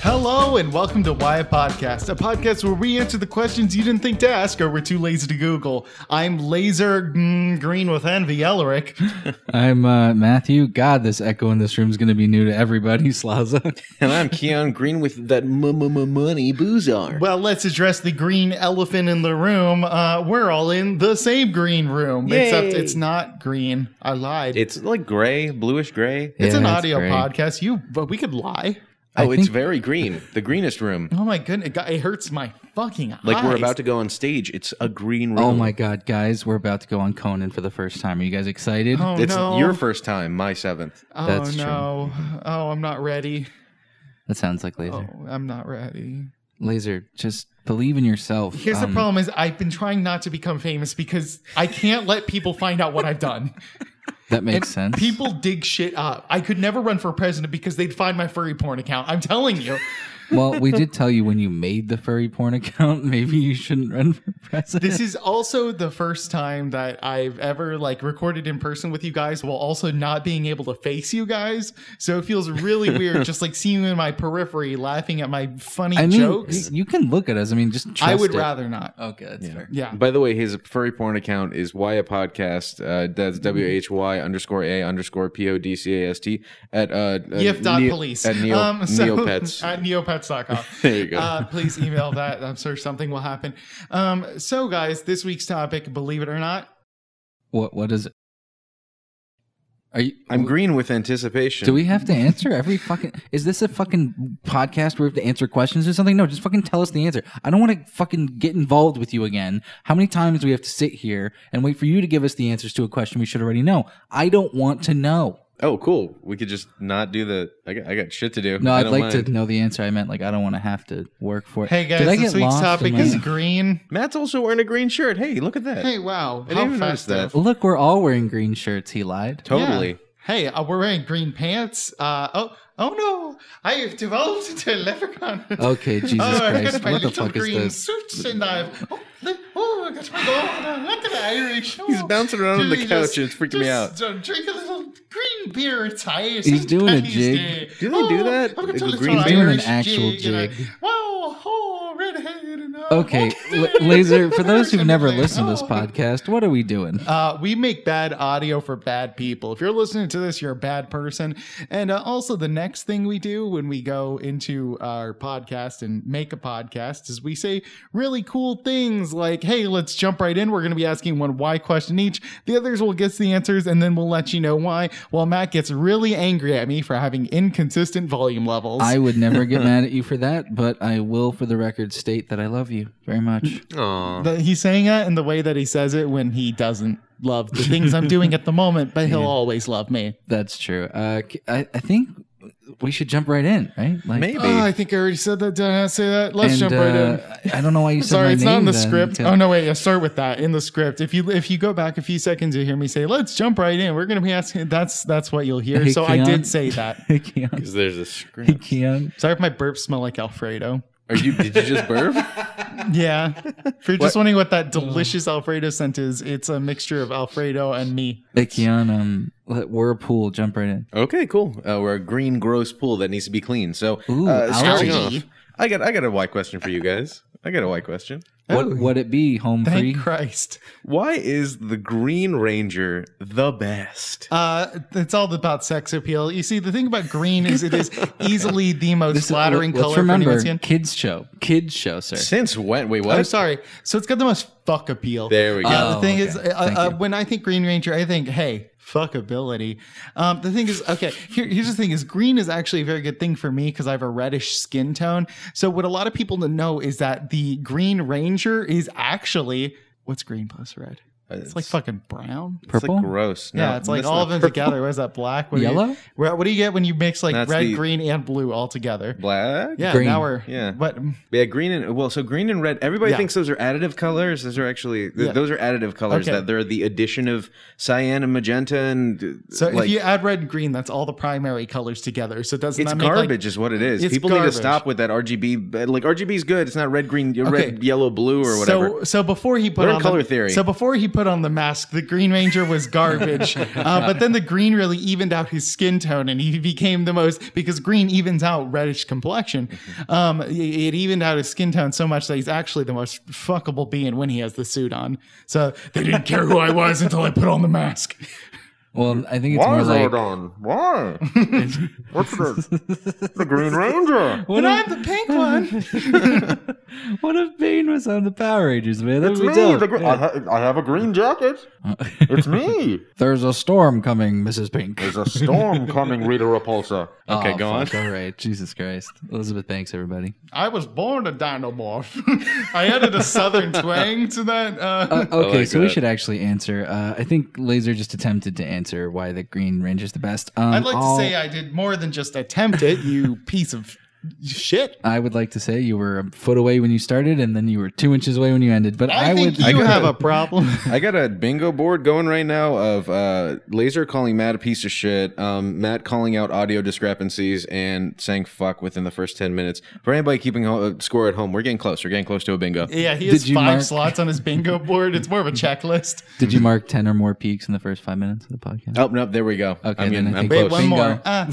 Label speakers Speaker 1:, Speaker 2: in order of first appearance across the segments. Speaker 1: Hello and welcome to Why a Podcast, a podcast where we answer the questions you didn't think to ask or were too lazy to Google. I'm Laser mm, Green with Envy Elric.
Speaker 2: I'm uh, Matthew. God, this echo in this room is going to be new to everybody, Slaza.
Speaker 3: And I'm Keon Green with that m- m- m- money boozar.
Speaker 1: Well, let's address the green elephant in the room. Uh, we're all in the same green room, except
Speaker 3: Yay.
Speaker 1: it's not green. I lied.
Speaker 3: It's like gray, bluish gray.
Speaker 1: It's
Speaker 2: Yeah,
Speaker 1: an
Speaker 2: that's
Speaker 1: audio
Speaker 2: great.
Speaker 1: podcast. You, but we could lie.
Speaker 3: Oh, it's
Speaker 2: think-
Speaker 3: very green. The greenest room.
Speaker 1: Oh my goodness, it, got- it hurts my fucking eyes.
Speaker 3: Like we're about to go on stage. It's a green room.
Speaker 2: Oh my God, guys, we're about to go on Conan for the first time. Are you guys excited?
Speaker 1: Oh
Speaker 3: It's
Speaker 1: no!
Speaker 3: your first time, my seventh.
Speaker 1: oh
Speaker 2: That's true.
Speaker 1: no! Oh, I'm not ready.
Speaker 2: That sounds like Laser.
Speaker 1: Oh, I'm not ready.
Speaker 2: Laser, just believe in yourself.
Speaker 1: Oh. Here's the
Speaker 2: Um,
Speaker 1: problem is I've been trying not to become famous because I can't let people find out what I've done.
Speaker 2: That makes sense.
Speaker 1: People dig shit up. I could never run for president because they'd find my furry porn account. I'm telling you.
Speaker 2: well, we did tell you when you made the furry porn account, maybe you shouldn't run for president.
Speaker 1: This is also the first time that I've ever like recorded in person with you guys while also not being able to face you guys. So it feels really weird just like seeing you in my periphery laughing at my funny
Speaker 2: I mean,
Speaker 1: jokes.
Speaker 2: you can look at us. I mean, just trust
Speaker 1: I would
Speaker 2: it.
Speaker 1: rather not.
Speaker 2: Okay, that's fair.
Speaker 1: Yeah.
Speaker 3: By the way, his furry porn account is Why a Podcast. Uh,
Speaker 1: Mm-hmm.
Speaker 3: that's W H Y underscore A underscore P O D C A S T at uh, uh, Neo-
Speaker 1: Yif.police.
Speaker 3: at Neo,
Speaker 1: Um, so-
Speaker 3: Neopets.
Speaker 1: At neopets.com.
Speaker 3: there you go.
Speaker 1: uh, please email that. I'm sure something will happen. Um, so, guys, this week's topic, believe it or not,
Speaker 2: What? What is it? Are you?
Speaker 3: I'm green with anticipation.
Speaker 2: Do we have to answer every fucking? Is this a fucking podcast where we have to answer questions or something? No, just fucking tell us the answer. I don't want to fucking get involved with you again. How many times do we have to sit here and wait for you to give us the answers to a question we should already know? I don't want to know.
Speaker 3: oh, cool. We could just not do the. I got, I got shit to do.
Speaker 2: No,
Speaker 3: I
Speaker 2: I'd
Speaker 3: don't
Speaker 2: like
Speaker 3: mind.
Speaker 2: to know the answer. I meant like I don't want to have to work for it.
Speaker 1: hey, guys,
Speaker 2: Did I
Speaker 1: this
Speaker 2: get
Speaker 1: week's
Speaker 2: lost in
Speaker 1: topic
Speaker 2: my-
Speaker 1: is green.
Speaker 3: Matt's also wearing a green shirt. Hey, look at that.
Speaker 1: Hey, wow.
Speaker 3: didn't
Speaker 1: how
Speaker 3: even notice
Speaker 1: festive.
Speaker 3: that.
Speaker 2: Look, we're all wearing green shirts. He lied.
Speaker 3: Totally.
Speaker 1: Yeah. Hey, uh, we're wearing green pants. Uh, oh, oh no. I have devolved into a leprechaun.
Speaker 2: Okay, Jesus
Speaker 1: oh, I've
Speaker 2: Christ,
Speaker 1: got my
Speaker 2: what the
Speaker 1: little
Speaker 2: fuck is
Speaker 1: green
Speaker 2: this?
Speaker 1: suit and I've. Oh, the- oh, I got my gold. uh, Look at the Irish.
Speaker 3: He's
Speaker 1: oh.
Speaker 3: bouncing around on the
Speaker 1: Julie,
Speaker 3: couch and it's freaking me
Speaker 1: just, uh, Drink a little green beer. It's high. It's
Speaker 2: He's
Speaker 1: St.
Speaker 2: doing a
Speaker 1: Patty's
Speaker 2: jig.
Speaker 1: Day.
Speaker 3: Do they do that?
Speaker 1: Oh, I've got
Speaker 3: Like
Speaker 1: a
Speaker 3: a
Speaker 1: little
Speaker 3: green-
Speaker 2: He's doing an
Speaker 1: Irish
Speaker 2: actual
Speaker 1: and I-
Speaker 2: jig.
Speaker 1: Wow, oh, redhead. And, uh,
Speaker 2: Okay,
Speaker 1: oh,
Speaker 2: L- Laser, for those who've never
Speaker 1: everything.
Speaker 2: listened to this
Speaker 1: Oh.
Speaker 2: podcast, what are we doing?
Speaker 1: Uh, we make bad audio for bad people. If you're listening to this, you're a bad person. And uh, also, the next thing we do when we go into our podcast and make a podcast is we say really cool things like, hey, let's jump right in. We're going to be asking one why question each. The others will guess the answers and then we'll let you know why. While Matt gets really angry at me for having inconsistent volume levels.
Speaker 2: I would never get mad at you for that, but I will, for the record, state that I love you very much.
Speaker 3: Aw.
Speaker 1: The- he's saying that in the way that he says it when he doesn't love the things I'm doing at the moment, but he'll always love me.
Speaker 2: That's true. Uh, c- I, I think we should jump right in, right? Like,
Speaker 3: Maybe.
Speaker 1: Oh, I think I already said that. Did I not say that? Let's
Speaker 2: and,
Speaker 1: jump right in.
Speaker 2: uh, I I don't know why you said my
Speaker 1: Sorry, it's not in
Speaker 2: name
Speaker 1: the
Speaker 2: then,
Speaker 1: script.
Speaker 2: because-
Speaker 1: Oh no, wait. I start with that in the script. If you if you go back a few seconds, you hear me say, "Let's jump right in." We're gonna be asking. That's that's what you'll hear.
Speaker 2: Hey,
Speaker 1: so I
Speaker 2: Keon.
Speaker 1: did say that.
Speaker 2: Hey, Keon.
Speaker 3: there's a
Speaker 2: Hey,
Speaker 3: screen.
Speaker 2: Keon.
Speaker 1: Sorry if my burps smell like Alfredo.
Speaker 3: Are you? Did you just burp?
Speaker 1: Yeah. If you're just wondering what that delicious Alfredo scent is, it's a mixture of Alfredo and me.
Speaker 2: Hey, Keon. Um, let- we're a pool. Jump right in.
Speaker 3: Okay, cool. Uh, we're a green, gross pool that needs to be clean. So,
Speaker 2: Ooh,
Speaker 3: uh, starting
Speaker 1: algae.
Speaker 3: off, I got I got a why question for you guys. I got a why question.
Speaker 2: What would it be? Home free?
Speaker 1: Oh. Thank Christ.
Speaker 3: Why is the Green Ranger the best?
Speaker 1: Uh, it's all about sex appeal. You see, the thing about green is it is easily the most
Speaker 2: This is-
Speaker 1: flattering
Speaker 2: let's
Speaker 1: color for
Speaker 2: remember,
Speaker 1: anyone's skin.
Speaker 2: kids show. Kids show, sir.
Speaker 3: Since when? Wait,
Speaker 1: I'm
Speaker 3: what?
Speaker 1: sorry. So it's got the most fuck appeal.
Speaker 3: There we go.
Speaker 1: Yeah,
Speaker 2: Oh,
Speaker 1: the thing
Speaker 2: okay.
Speaker 1: is, uh,
Speaker 2: Thank
Speaker 1: uh,
Speaker 2: you.
Speaker 1: when I think Green Ranger, I think, hey, fuckability. Um, the thing is, okay, here, here's the thing: is green is actually a very good thing for me because I have a reddish skin tone. So what a lot of people don't know is that the Green Ranger is actually what's green plus red? It's like fucking brown.
Speaker 2: Purple?
Speaker 3: It's like gross. No,
Speaker 1: yeah, it's like
Speaker 3: that's
Speaker 1: all
Speaker 3: not
Speaker 1: of them
Speaker 3: purple.
Speaker 1: together. What is that black? What do you-
Speaker 2: Yellow?
Speaker 1: wha- what do you get when you mix like
Speaker 3: That's
Speaker 1: red,
Speaker 3: the-
Speaker 1: green, and blue all together?
Speaker 3: Black.
Speaker 1: Yeah,
Speaker 2: Green.
Speaker 1: now we're
Speaker 3: Yeah.
Speaker 1: What
Speaker 3: Yeah, green and well, so green and red. Everybody
Speaker 1: Yeah.
Speaker 3: thinks those are additive colors. Those are actually th-
Speaker 1: Yeah.
Speaker 3: those are additive colors.
Speaker 1: Okay.
Speaker 3: That they're the addition of cyan and magenta and
Speaker 1: So
Speaker 3: like,
Speaker 1: if you add red and green, that's all the primary colors together. So doesn't
Speaker 3: it's
Speaker 1: that make
Speaker 3: garbage,
Speaker 1: like
Speaker 3: is what it is.
Speaker 1: It's
Speaker 3: People need
Speaker 1: garbage.
Speaker 3: to stop with that RGB. Like RGB's good. It's not red, green,
Speaker 1: Okay.
Speaker 3: red, yellow, blue, or whatever.
Speaker 1: So so before he put
Speaker 3: Learn
Speaker 1: on
Speaker 3: color
Speaker 1: the,
Speaker 3: theory.
Speaker 1: So before he put on the mask, the Green Ranger was garbage. uh, but then the green really evened out his skin tone, and he became the most because green evens out reddish complexion.
Speaker 3: Mm-hmm.
Speaker 1: Um, it, it evened out his skin tone so much that he's actually the most fuckable being when he has the suit on. So they didn't care who I was until I put on the mask.
Speaker 2: Well, I think it's more like
Speaker 3: on? Why? What's the, the Green Ranger?
Speaker 1: But I'm the pink one.
Speaker 2: what if Bane was on the Power Rangers, man? That's
Speaker 3: It's
Speaker 2: what we Uh.
Speaker 3: the gr- I, ha- I have a green jacket. It's me.
Speaker 2: There's a storm coming, Mrs. Pink.
Speaker 3: There's a storm coming, Rita Repulsa. Okay,
Speaker 2: Oh,
Speaker 3: go on.
Speaker 2: fuck, All right, Jesus Christ, Elizabeth, thanks everybody.
Speaker 1: I was born a dinomorph. I added a southern twang to that. Uh,
Speaker 2: Uh, okay,
Speaker 3: like
Speaker 2: so we
Speaker 3: that.
Speaker 2: should actually answer. Uh, I think Laser just attempted to answer why the Green Ranger's the best. Um,
Speaker 1: I'd like
Speaker 2: I'll-
Speaker 1: to say I did more than just attempt it, you piece of shit.
Speaker 2: I would like to say you were a foot away when you started, and then you were two inches away when you ended. But I,
Speaker 1: I, think
Speaker 2: would.
Speaker 1: you have a problem.
Speaker 3: I got a bingo board going right now of uh, Laser calling Matt a piece of shit, um, Matt calling out audio discrepancies, and saying fuck within the first 10 minutes. For anybody keeping ho- uh, score at home, we're getting close. We're getting close to a bingo.
Speaker 1: yeah, he has
Speaker 2: Did you
Speaker 1: five
Speaker 2: mark-
Speaker 1: slots on his bingo board. It's more of a checklist.
Speaker 2: Did you mark ten or more peaks in the first five minutes of the podcast?
Speaker 3: Oh, no, there we go.
Speaker 2: Okay,
Speaker 3: I'm,
Speaker 2: then
Speaker 3: getting,
Speaker 2: I
Speaker 3: I'm
Speaker 2: think-
Speaker 1: Wait,
Speaker 3: close.
Speaker 1: one
Speaker 2: Bingo.
Speaker 1: more. Ah.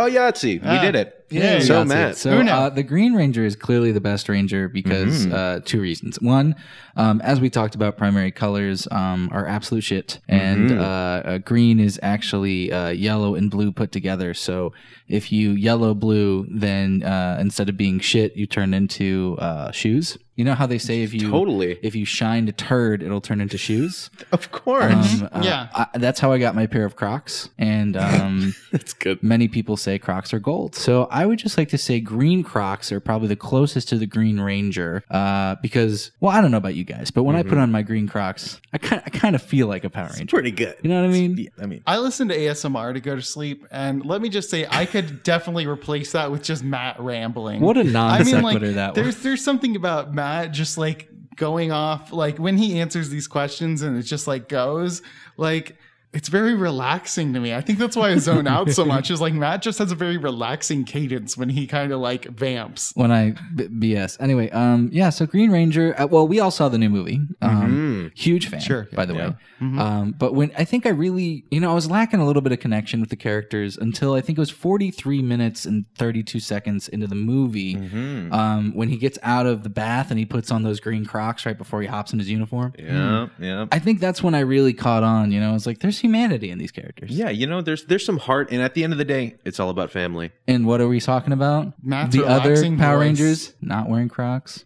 Speaker 3: Oh, Yahtzee. we did it.
Speaker 1: Yeah,
Speaker 2: That's
Speaker 3: So,
Speaker 2: it.
Speaker 3: Matt.
Speaker 2: So
Speaker 1: Uno.
Speaker 2: uh, the Green Ranger is clearly the best Ranger because
Speaker 3: Mm-hmm.
Speaker 2: uh, two reasons. One, um, as we talked about, primary colors um, are absolute shit, and
Speaker 3: Mm-hmm.
Speaker 2: uh, uh, green is actually uh, yellow and blue put together. So if you yellow blue, then uh, instead of being shit, you turn into uh, shoes. You know how they say if you
Speaker 3: Totally.
Speaker 2: if you shine a turd, it'll turn into shoes.
Speaker 3: Of course.
Speaker 2: Um, uh,
Speaker 1: Yeah.
Speaker 2: I, that's how I got my pair of Crocs, and um,
Speaker 3: That's good.
Speaker 2: many people say Crocs are gold. So I would just like to say green Crocs are probably the closest to the Green Ranger uh, because, well, I don't know about you guys, but when I put on my green Crocs, I kind I kind of feel like a Power Ranger.
Speaker 3: Pretty good.
Speaker 2: You know what I mean?
Speaker 3: I mean,
Speaker 1: I listen to ASMR to go to sleep, and let me just say, I could definitely replace that with just Matt rambling.
Speaker 2: What a non sequitur
Speaker 1: like,
Speaker 2: that was.
Speaker 1: there's there's something about Matt just like going off, like when he answers these questions and it just like goes, like it's very relaxing to me. I think that's why I zone out so much. Is like Matt just has a very relaxing cadence when he kind of like vamps.
Speaker 2: When I b- BS. Anyway, um, yeah, so Green Ranger, uh, well, we all saw the new movie. Um, Huge fan,
Speaker 1: Sure.
Speaker 2: by the way.
Speaker 1: Mm-hmm.
Speaker 2: Um, but when I think I really, you know, I was lacking a little bit of connection with the characters until I think it was 43 minutes and 32 seconds into the movie. um, when he gets out of the bath and he puts on those green Crocs right before he hops in his uniform.
Speaker 3: yeah, yeah.
Speaker 2: I think that's when I really caught on. You know, it's like there's humanity in these characters.
Speaker 3: Yeah, you know, there's there's some heart, and at the end of the day, it's all about family.
Speaker 2: And what are we talking about?
Speaker 1: Matt's
Speaker 2: the other
Speaker 1: relaxing
Speaker 2: Power
Speaker 1: voice.
Speaker 2: Rangers not wearing Crocs.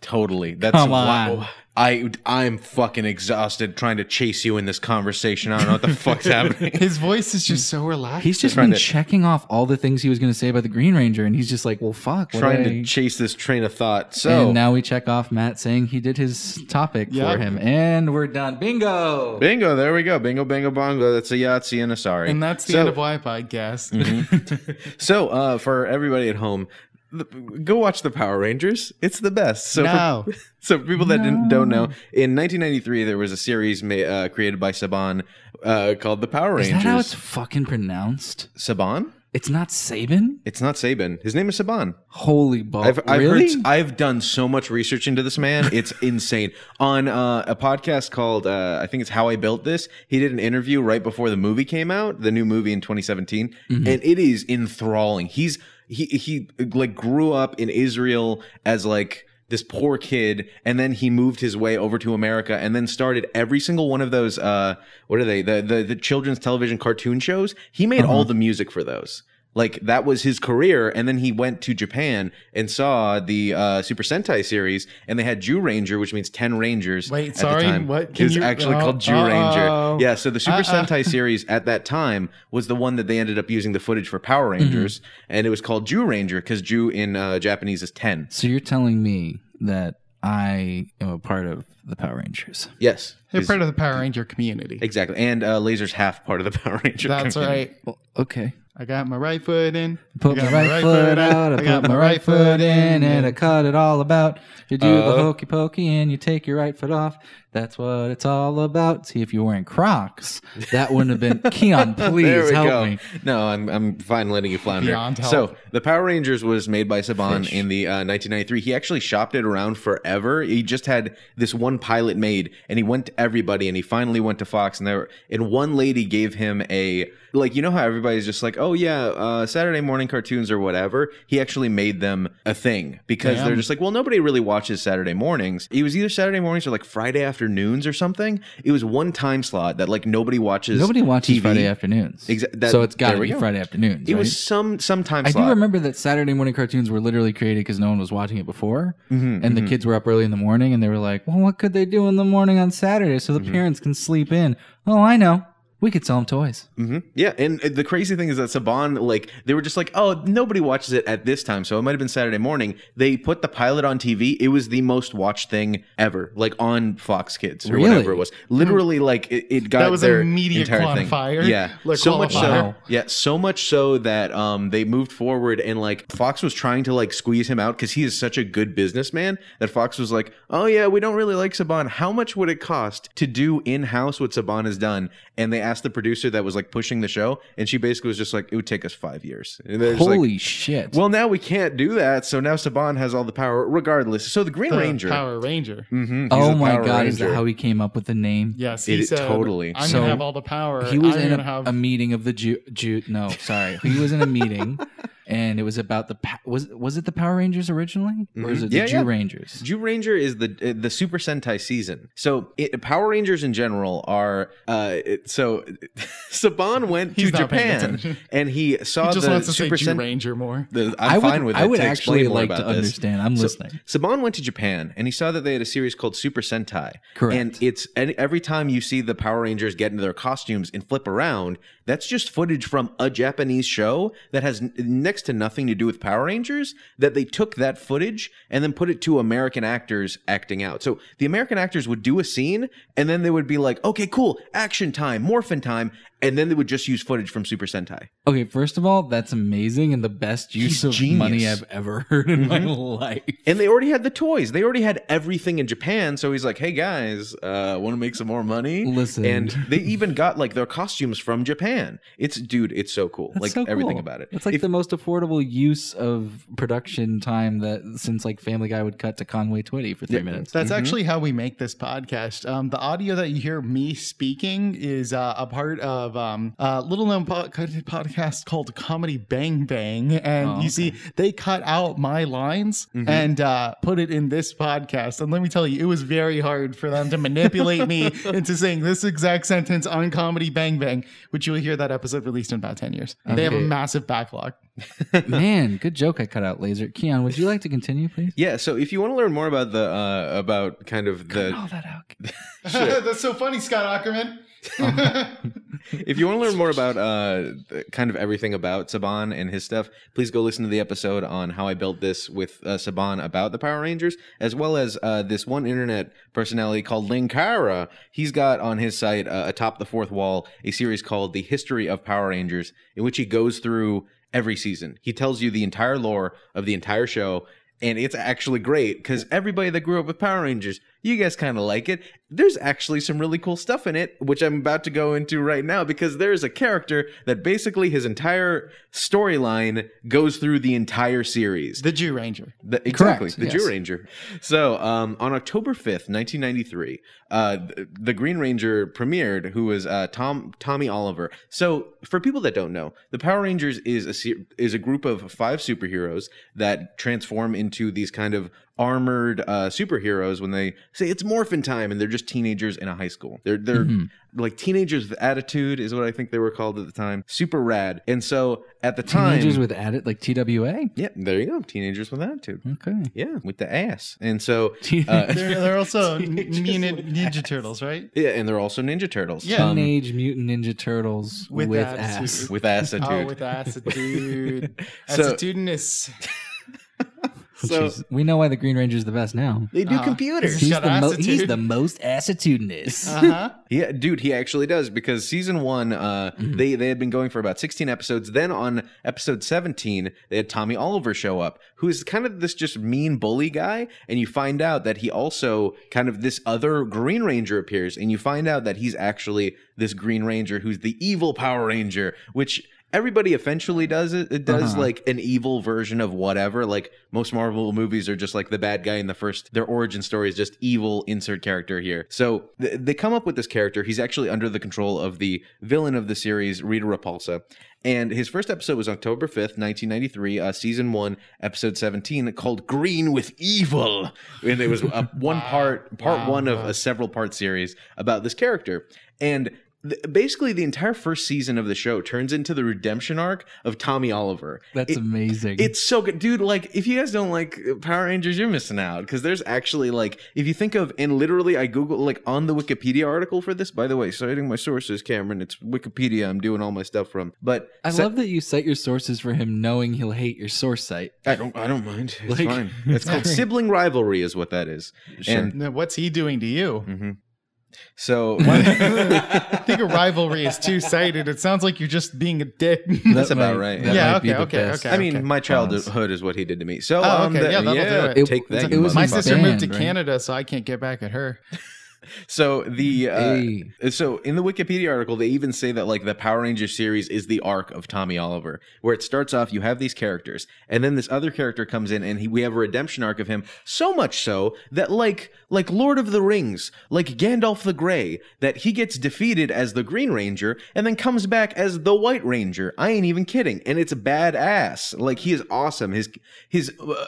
Speaker 3: Totally. That's
Speaker 2: Come
Speaker 3: why-
Speaker 2: on.
Speaker 3: I I'm fucking exhausted trying to chase you in this conversation. I don't know what the fuck's happening.
Speaker 1: His voice is just so relaxed.
Speaker 2: He's just
Speaker 3: Trying
Speaker 2: been
Speaker 3: to-
Speaker 2: checking off all the things he was going to say about the Green Ranger, and he's just like, "Well, fuck." what
Speaker 3: trying
Speaker 2: do
Speaker 3: to
Speaker 2: I-
Speaker 3: chase this train of thought. So
Speaker 2: And now we check off Matt saying he did his topic
Speaker 1: Yeah.
Speaker 2: for him, and we're done. Bingo.
Speaker 3: bingo, there we go. Bingo, bingo, bongo. That's a Yahtzee and a sorry.
Speaker 1: and that's the
Speaker 3: so,
Speaker 1: end of why podcast.
Speaker 2: Mm-hmm.
Speaker 3: So uh, for everybody at home. th- Go watch the Power Rangers. It's the best. So for-
Speaker 1: Now.
Speaker 3: So, for people that didn't, don't know, in 1993 there was a series ma- uh, created by Saban uh, called the Power
Speaker 2: Is
Speaker 3: Rangers.
Speaker 2: that how it's fucking pronounced?
Speaker 3: Saban?
Speaker 2: It's not Saban.
Speaker 3: It's not Saban. His name is Saban.
Speaker 2: Holy ball!
Speaker 3: I've, I've
Speaker 2: Oh, really?
Speaker 3: heard, I've done so much research into this man. It's insane. On uh, a podcast called, uh, I think it's How I Built This, he did an interview right before the movie came out, the new movie in 2017, and it is enthralling. He's he he like grew up in Israel as like this poor kid and then he moved his way over to america and then started every single one of those uh what are they the the, the children's television cartoon shows he made
Speaker 1: Uh-huh.
Speaker 3: all the music for those like that was his career and then he went to japan and saw the uh, super sentai series and they had jew ranger which means 10 rangers
Speaker 1: Wait,
Speaker 3: at the
Speaker 1: sorry,
Speaker 3: time.
Speaker 1: what?
Speaker 3: it
Speaker 1: Can
Speaker 3: was
Speaker 1: you-
Speaker 3: actually
Speaker 1: oh,
Speaker 3: called jew
Speaker 1: uh-oh.
Speaker 3: ranger yeah so the super
Speaker 1: Uh-uh.
Speaker 3: sentai series at that time was the one that they ended up using the footage for power
Speaker 1: Mm-hmm.
Speaker 3: rangers and it was called jew ranger because jew in uh, japanese is 10
Speaker 2: So you're telling me that I am a part of the Power Rangers.
Speaker 3: yes
Speaker 1: They're
Speaker 3: Is-
Speaker 1: part of the Power Ranger community.
Speaker 3: exactly and uh, laser's half part of the power ranger
Speaker 1: That's
Speaker 3: community.
Speaker 1: right.
Speaker 2: Well, okay.
Speaker 1: I got my right foot in.
Speaker 2: Put
Speaker 1: I
Speaker 2: my
Speaker 1: got
Speaker 2: right foot out, I put my right foot in, and I cut it all about. You do the
Speaker 3: Uh,
Speaker 2: hokey pokey and you take your right foot off. That's what it's all about. See, if you were wearing Crocs, that wouldn't have been. Keon, please help me.
Speaker 3: No, I'm, I'm fine letting you flounder.
Speaker 1: Beyond help.
Speaker 3: So the Power Rangers was made by Saban in the uh, 1993. He actually shopped it around forever. He just had this one pilot made, and he went to everybody, and he finally went to Fox, and there were, and one lady gave him a like you know how everybody's just like oh yeah uh, Saturday morning cartoons or whatever. He actually made them a thing because
Speaker 1: Damn.
Speaker 3: they're just like well nobody really watches Saturday mornings. It was either Saturday mornings or like Friday afternoons or something. It was one time slot that like nobody watches.
Speaker 2: Nobody watches
Speaker 3: TV.
Speaker 2: Friday afternoons.
Speaker 3: Exa- that-
Speaker 2: so it's got
Speaker 3: there
Speaker 2: to
Speaker 3: we
Speaker 2: be
Speaker 3: go.
Speaker 2: Friday afternoons.
Speaker 3: It
Speaker 2: right?
Speaker 3: was some some time
Speaker 2: I
Speaker 3: slot.
Speaker 2: do remember that Saturday morning cartoons were literally created because no one was watching it before,
Speaker 3: Mm-hmm.
Speaker 2: and the kids were up early in the morning, and they were like, "Well, what could they do in the morning on Saturday so the
Speaker 3: Mm-hmm.
Speaker 2: parents can sleep in?" Oh, I know. We could sell them toys.
Speaker 3: hmm Yeah, and uh, the crazy thing is that Saban, like, they were just like, oh, nobody watches it at this time, so it might have been Saturday morning. They put the pilot on TV. It was the most watched thing ever, like on Fox Kids or
Speaker 2: Really?
Speaker 3: whatever it was. Literally, like, it, it got
Speaker 1: That was
Speaker 3: their
Speaker 1: a media
Speaker 3: entire
Speaker 1: quantifier.
Speaker 3: Thing. Yeah,
Speaker 1: Like,
Speaker 3: so much so.
Speaker 1: qualifier.
Speaker 2: Wow.
Speaker 3: Yeah, so much so that um, they moved forward and like Fox was trying to like squeeze him out because he is such a good businessman that Fox was like, oh yeah, we don't really like Saban. How much would it cost to do in house what Saban has done? And they asked the producer that was like pushing the show, and she basically was just like, it would take us five years. And they're just like,
Speaker 2: Holy shit!
Speaker 3: well, now we can't do that. So now Saban has all the power, regardless. So the Green
Speaker 1: The
Speaker 3: Ranger.
Speaker 1: Power Ranger.
Speaker 3: Mhm, he's
Speaker 2: oh
Speaker 3: the
Speaker 2: my
Speaker 3: Power
Speaker 2: god! Is that
Speaker 3: Ranger.
Speaker 2: how he came up with the name?
Speaker 1: Yes, he
Speaker 3: It-
Speaker 1: said,
Speaker 3: totally.
Speaker 1: I'm
Speaker 2: So,
Speaker 1: gonna have all the power.
Speaker 2: He was
Speaker 1: I'm
Speaker 2: in
Speaker 1: gonna
Speaker 2: a,
Speaker 1: have
Speaker 2: a meeting of the Jew, Jew. No, sorry. He was in a meeting, and it was about the pa- was was it the Power Rangers originally, or is
Speaker 3: Mhm.
Speaker 2: it the
Speaker 3: Yeah,
Speaker 2: Jew
Speaker 3: yeah.
Speaker 2: Rangers?
Speaker 3: Jew Ranger is the uh, the Super Sentai season. So it, Power Rangers in general are uh, it- so Saban went
Speaker 1: He's
Speaker 3: to
Speaker 1: not paying
Speaker 3: Japan
Speaker 1: attention.
Speaker 3: and he saw
Speaker 1: he just
Speaker 3: the
Speaker 1: wants to say
Speaker 3: Super
Speaker 1: Jew
Speaker 3: Sentai.
Speaker 1: Ranger more.
Speaker 3: I'm
Speaker 2: I would,
Speaker 3: fine with it.
Speaker 2: I would
Speaker 3: to explain
Speaker 2: actually
Speaker 3: more
Speaker 2: like
Speaker 3: about
Speaker 2: to
Speaker 3: this.
Speaker 2: understand. I'm listening.
Speaker 3: Saban went to Japan and he saw that they had a series called Super Sentai.
Speaker 2: Correct.
Speaker 3: And it's and every time you see the Power Rangers get into their costumes and flip around, that's just footage from a Japanese show that has n- next to nothing to do with Power Rangers. That they took that footage and then put it to American actors acting out. So the American actors would do a scene and then they would be like, "Okay, cool, action time, morphin time," and then they would just use footage from Super Sentai.
Speaker 2: Okay, first of all, that's amazing and the best use
Speaker 3: He's
Speaker 2: of money
Speaker 3: genius. Mm-hmm.
Speaker 2: I've ever heard in my life.
Speaker 3: And they already had the toys. They already had everything in Japan. So he's like, "Hey guys, uh, want to make some more money?"
Speaker 2: Listen.
Speaker 3: and they even got like their costumes from Japan. It's dude, it's so cool.
Speaker 2: That's
Speaker 3: like
Speaker 2: so
Speaker 3: everything
Speaker 2: cool.
Speaker 3: about it.
Speaker 2: It's like
Speaker 3: If-
Speaker 2: the most affordable use of production time that since like Family Guy would cut to Conway Twitty for three minutes.
Speaker 1: That's actually how we make this podcast. Um, the audio that you hear me speaking is uh, a part of um, a little known po- podcast called Comedy Bang Bang. And
Speaker 2: Oh, Mm-hmm.
Speaker 1: you see, they cut out my lines and uh, put it in this podcast. And let me tell you, it was very hard for them to manipulate me into saying this exact sentence on Comedy Bang Bang, which you'll hear that episode released in about 10 years. They have a
Speaker 2: Okay.
Speaker 1: massive backlog.
Speaker 2: Man, good joke I cut out, Laser. Keon, would you like to continue, please?
Speaker 3: yeah, so if you want to learn more about the uh, about kind of the
Speaker 2: All that out.
Speaker 1: That's so funny, Scott Ackerman.
Speaker 2: Uh-huh.
Speaker 3: if you want to learn more about uh, the- kind of everything about Saban and his stuff, please go listen to the episode on how I built this with uh, Saban about the Power Rangers, as well as uh, this one internet personality called Linkara. He's got on his site uh, atop the fourth wall a series called The History of Power Rangers, in which he goes through every season. He tells you the entire lore of the entire show. And it's actually great because everybody that grew up with Power Rangers, you guys kind of like it. There's actually some really cool stuff in it, which I'm about to go into right now because there's a character that basically his entire storyline goes through the entire series.
Speaker 1: The Jew Ranger.
Speaker 3: The- exactly,
Speaker 2: Correct,
Speaker 3: the
Speaker 2: yes.
Speaker 3: Jew Ranger. So um, on October fifth, nineteen ninety three, uh, th- the Green Ranger premiered, who was uh, Tom Tommy Oliver. So for people that don't know, the Power Rangers is a se- is a group of five superheroes that transform into these kind of armored uh, superheroes when they say it's morphin time, and they're just teenagers in a high school. They're they're
Speaker 2: Mm-hmm.
Speaker 3: like teenagers with attitude is what I think they were called at the time. Super rad, and so at the time.
Speaker 2: Teenagers with at it like TWA.
Speaker 3: yeah, there you go. Teenagers with attitude.
Speaker 2: Okay.
Speaker 3: Yeah, with the ass. And so, uh,
Speaker 2: Teenage,
Speaker 1: They're, they're also Ninja, Ninja Turtles, right?
Speaker 3: yeah, and they're also Ninja Turtles.
Speaker 1: Yeah.
Speaker 3: Um,
Speaker 2: Mutant Ninja Turtles with,
Speaker 1: With
Speaker 2: ass.
Speaker 1: attitude.
Speaker 3: with ass
Speaker 1: Oh,
Speaker 3: attitude.
Speaker 1: with attitude.
Speaker 3: So-
Speaker 1: Attitudinous.
Speaker 3: So
Speaker 2: Jeez, we know why the Green Ranger's the best now.
Speaker 3: they do
Speaker 1: Uh-huh.
Speaker 3: computers.
Speaker 1: He's
Speaker 2: He's
Speaker 1: got
Speaker 2: the, mo- he's
Speaker 1: attitude.
Speaker 2: the most attitudinous.
Speaker 3: Uh,
Speaker 1: Uh-huh.
Speaker 3: Yeah, dude, he actually does because season one, uh, they they had been going for about sixteen episodes. Then on episode seventeen, they had Tommy Oliver show up, who is kind of this just mean bully guy, and you find out that he also kind of this other Green Ranger appears, and you find out that he's actually this Green Ranger who's the evil Power Ranger, which. Everybody eventually does it. It does
Speaker 2: Uh-huh.
Speaker 3: like an evil version of whatever. Like most Marvel movies are just like the bad guy in the first, their origin story is just evil insert character here. So th- they come up with this character. He's actually under the control of the villain of the series, Rita Repulsa. And his first episode was October 5th, 1993, uh, season one, episode 17, called Green with Evil. And it was a one part, part
Speaker 1: Wow.
Speaker 3: one of
Speaker 1: Wow.
Speaker 3: a several part series about this character. And th- basically, the entire first season of the show turns into the redemption arc of Tommy Oliver.
Speaker 2: That's
Speaker 3: It-
Speaker 2: amazing.
Speaker 3: it's so good, dude. Like, if you guys don't like Power Rangers, you're missing out because there's actually like, if you think of and literally, I Google like on the Wikipedia article for this. By the way, citing my sources, Cameron. It's Wikipedia. I'm doing all my stuff from. But
Speaker 2: I
Speaker 3: so-
Speaker 2: love that you cite your sources for him knowing he'll hate your source site.
Speaker 3: I don't. I don't mind. It's
Speaker 2: Like-
Speaker 3: fine. It's called sibling rivalry, is what that is. And
Speaker 1: Now, What's he doing to you?
Speaker 3: mhm. so.
Speaker 1: I think a rivalry is two sided. It sounds like you're just being a dick.
Speaker 3: That's about
Speaker 2: might-
Speaker 3: right.
Speaker 2: that
Speaker 1: Yeah,
Speaker 2: might be
Speaker 1: okay,
Speaker 2: the
Speaker 1: okay,
Speaker 2: best.
Speaker 1: okay.
Speaker 3: I mean, my childhood is what he did to me. So,
Speaker 1: Oh,
Speaker 3: um,
Speaker 1: okay.
Speaker 3: the-
Speaker 1: Yeah, that'll do it.
Speaker 2: It-
Speaker 3: take that.
Speaker 2: it
Speaker 3: you
Speaker 2: was-
Speaker 1: My
Speaker 3: motherfucker.
Speaker 2: a
Speaker 1: sister moved to
Speaker 2: band, right?
Speaker 1: Canada, so I can't get back at her.
Speaker 3: So the uh,
Speaker 2: Hey.
Speaker 3: so in the Wikipedia article, they even say that like the Power Ranger series is the arc of Tommy Oliver, where it starts off you have these characters, and then this other character comes in, and he, we have a redemption arc of him. So much so that like like Lord of the Rings, like Gandalf the Grey, that he gets defeated as the Green Ranger, and then comes back as the White Ranger. I ain't even kidding, and it's badass. Like he is awesome. His his. Uh,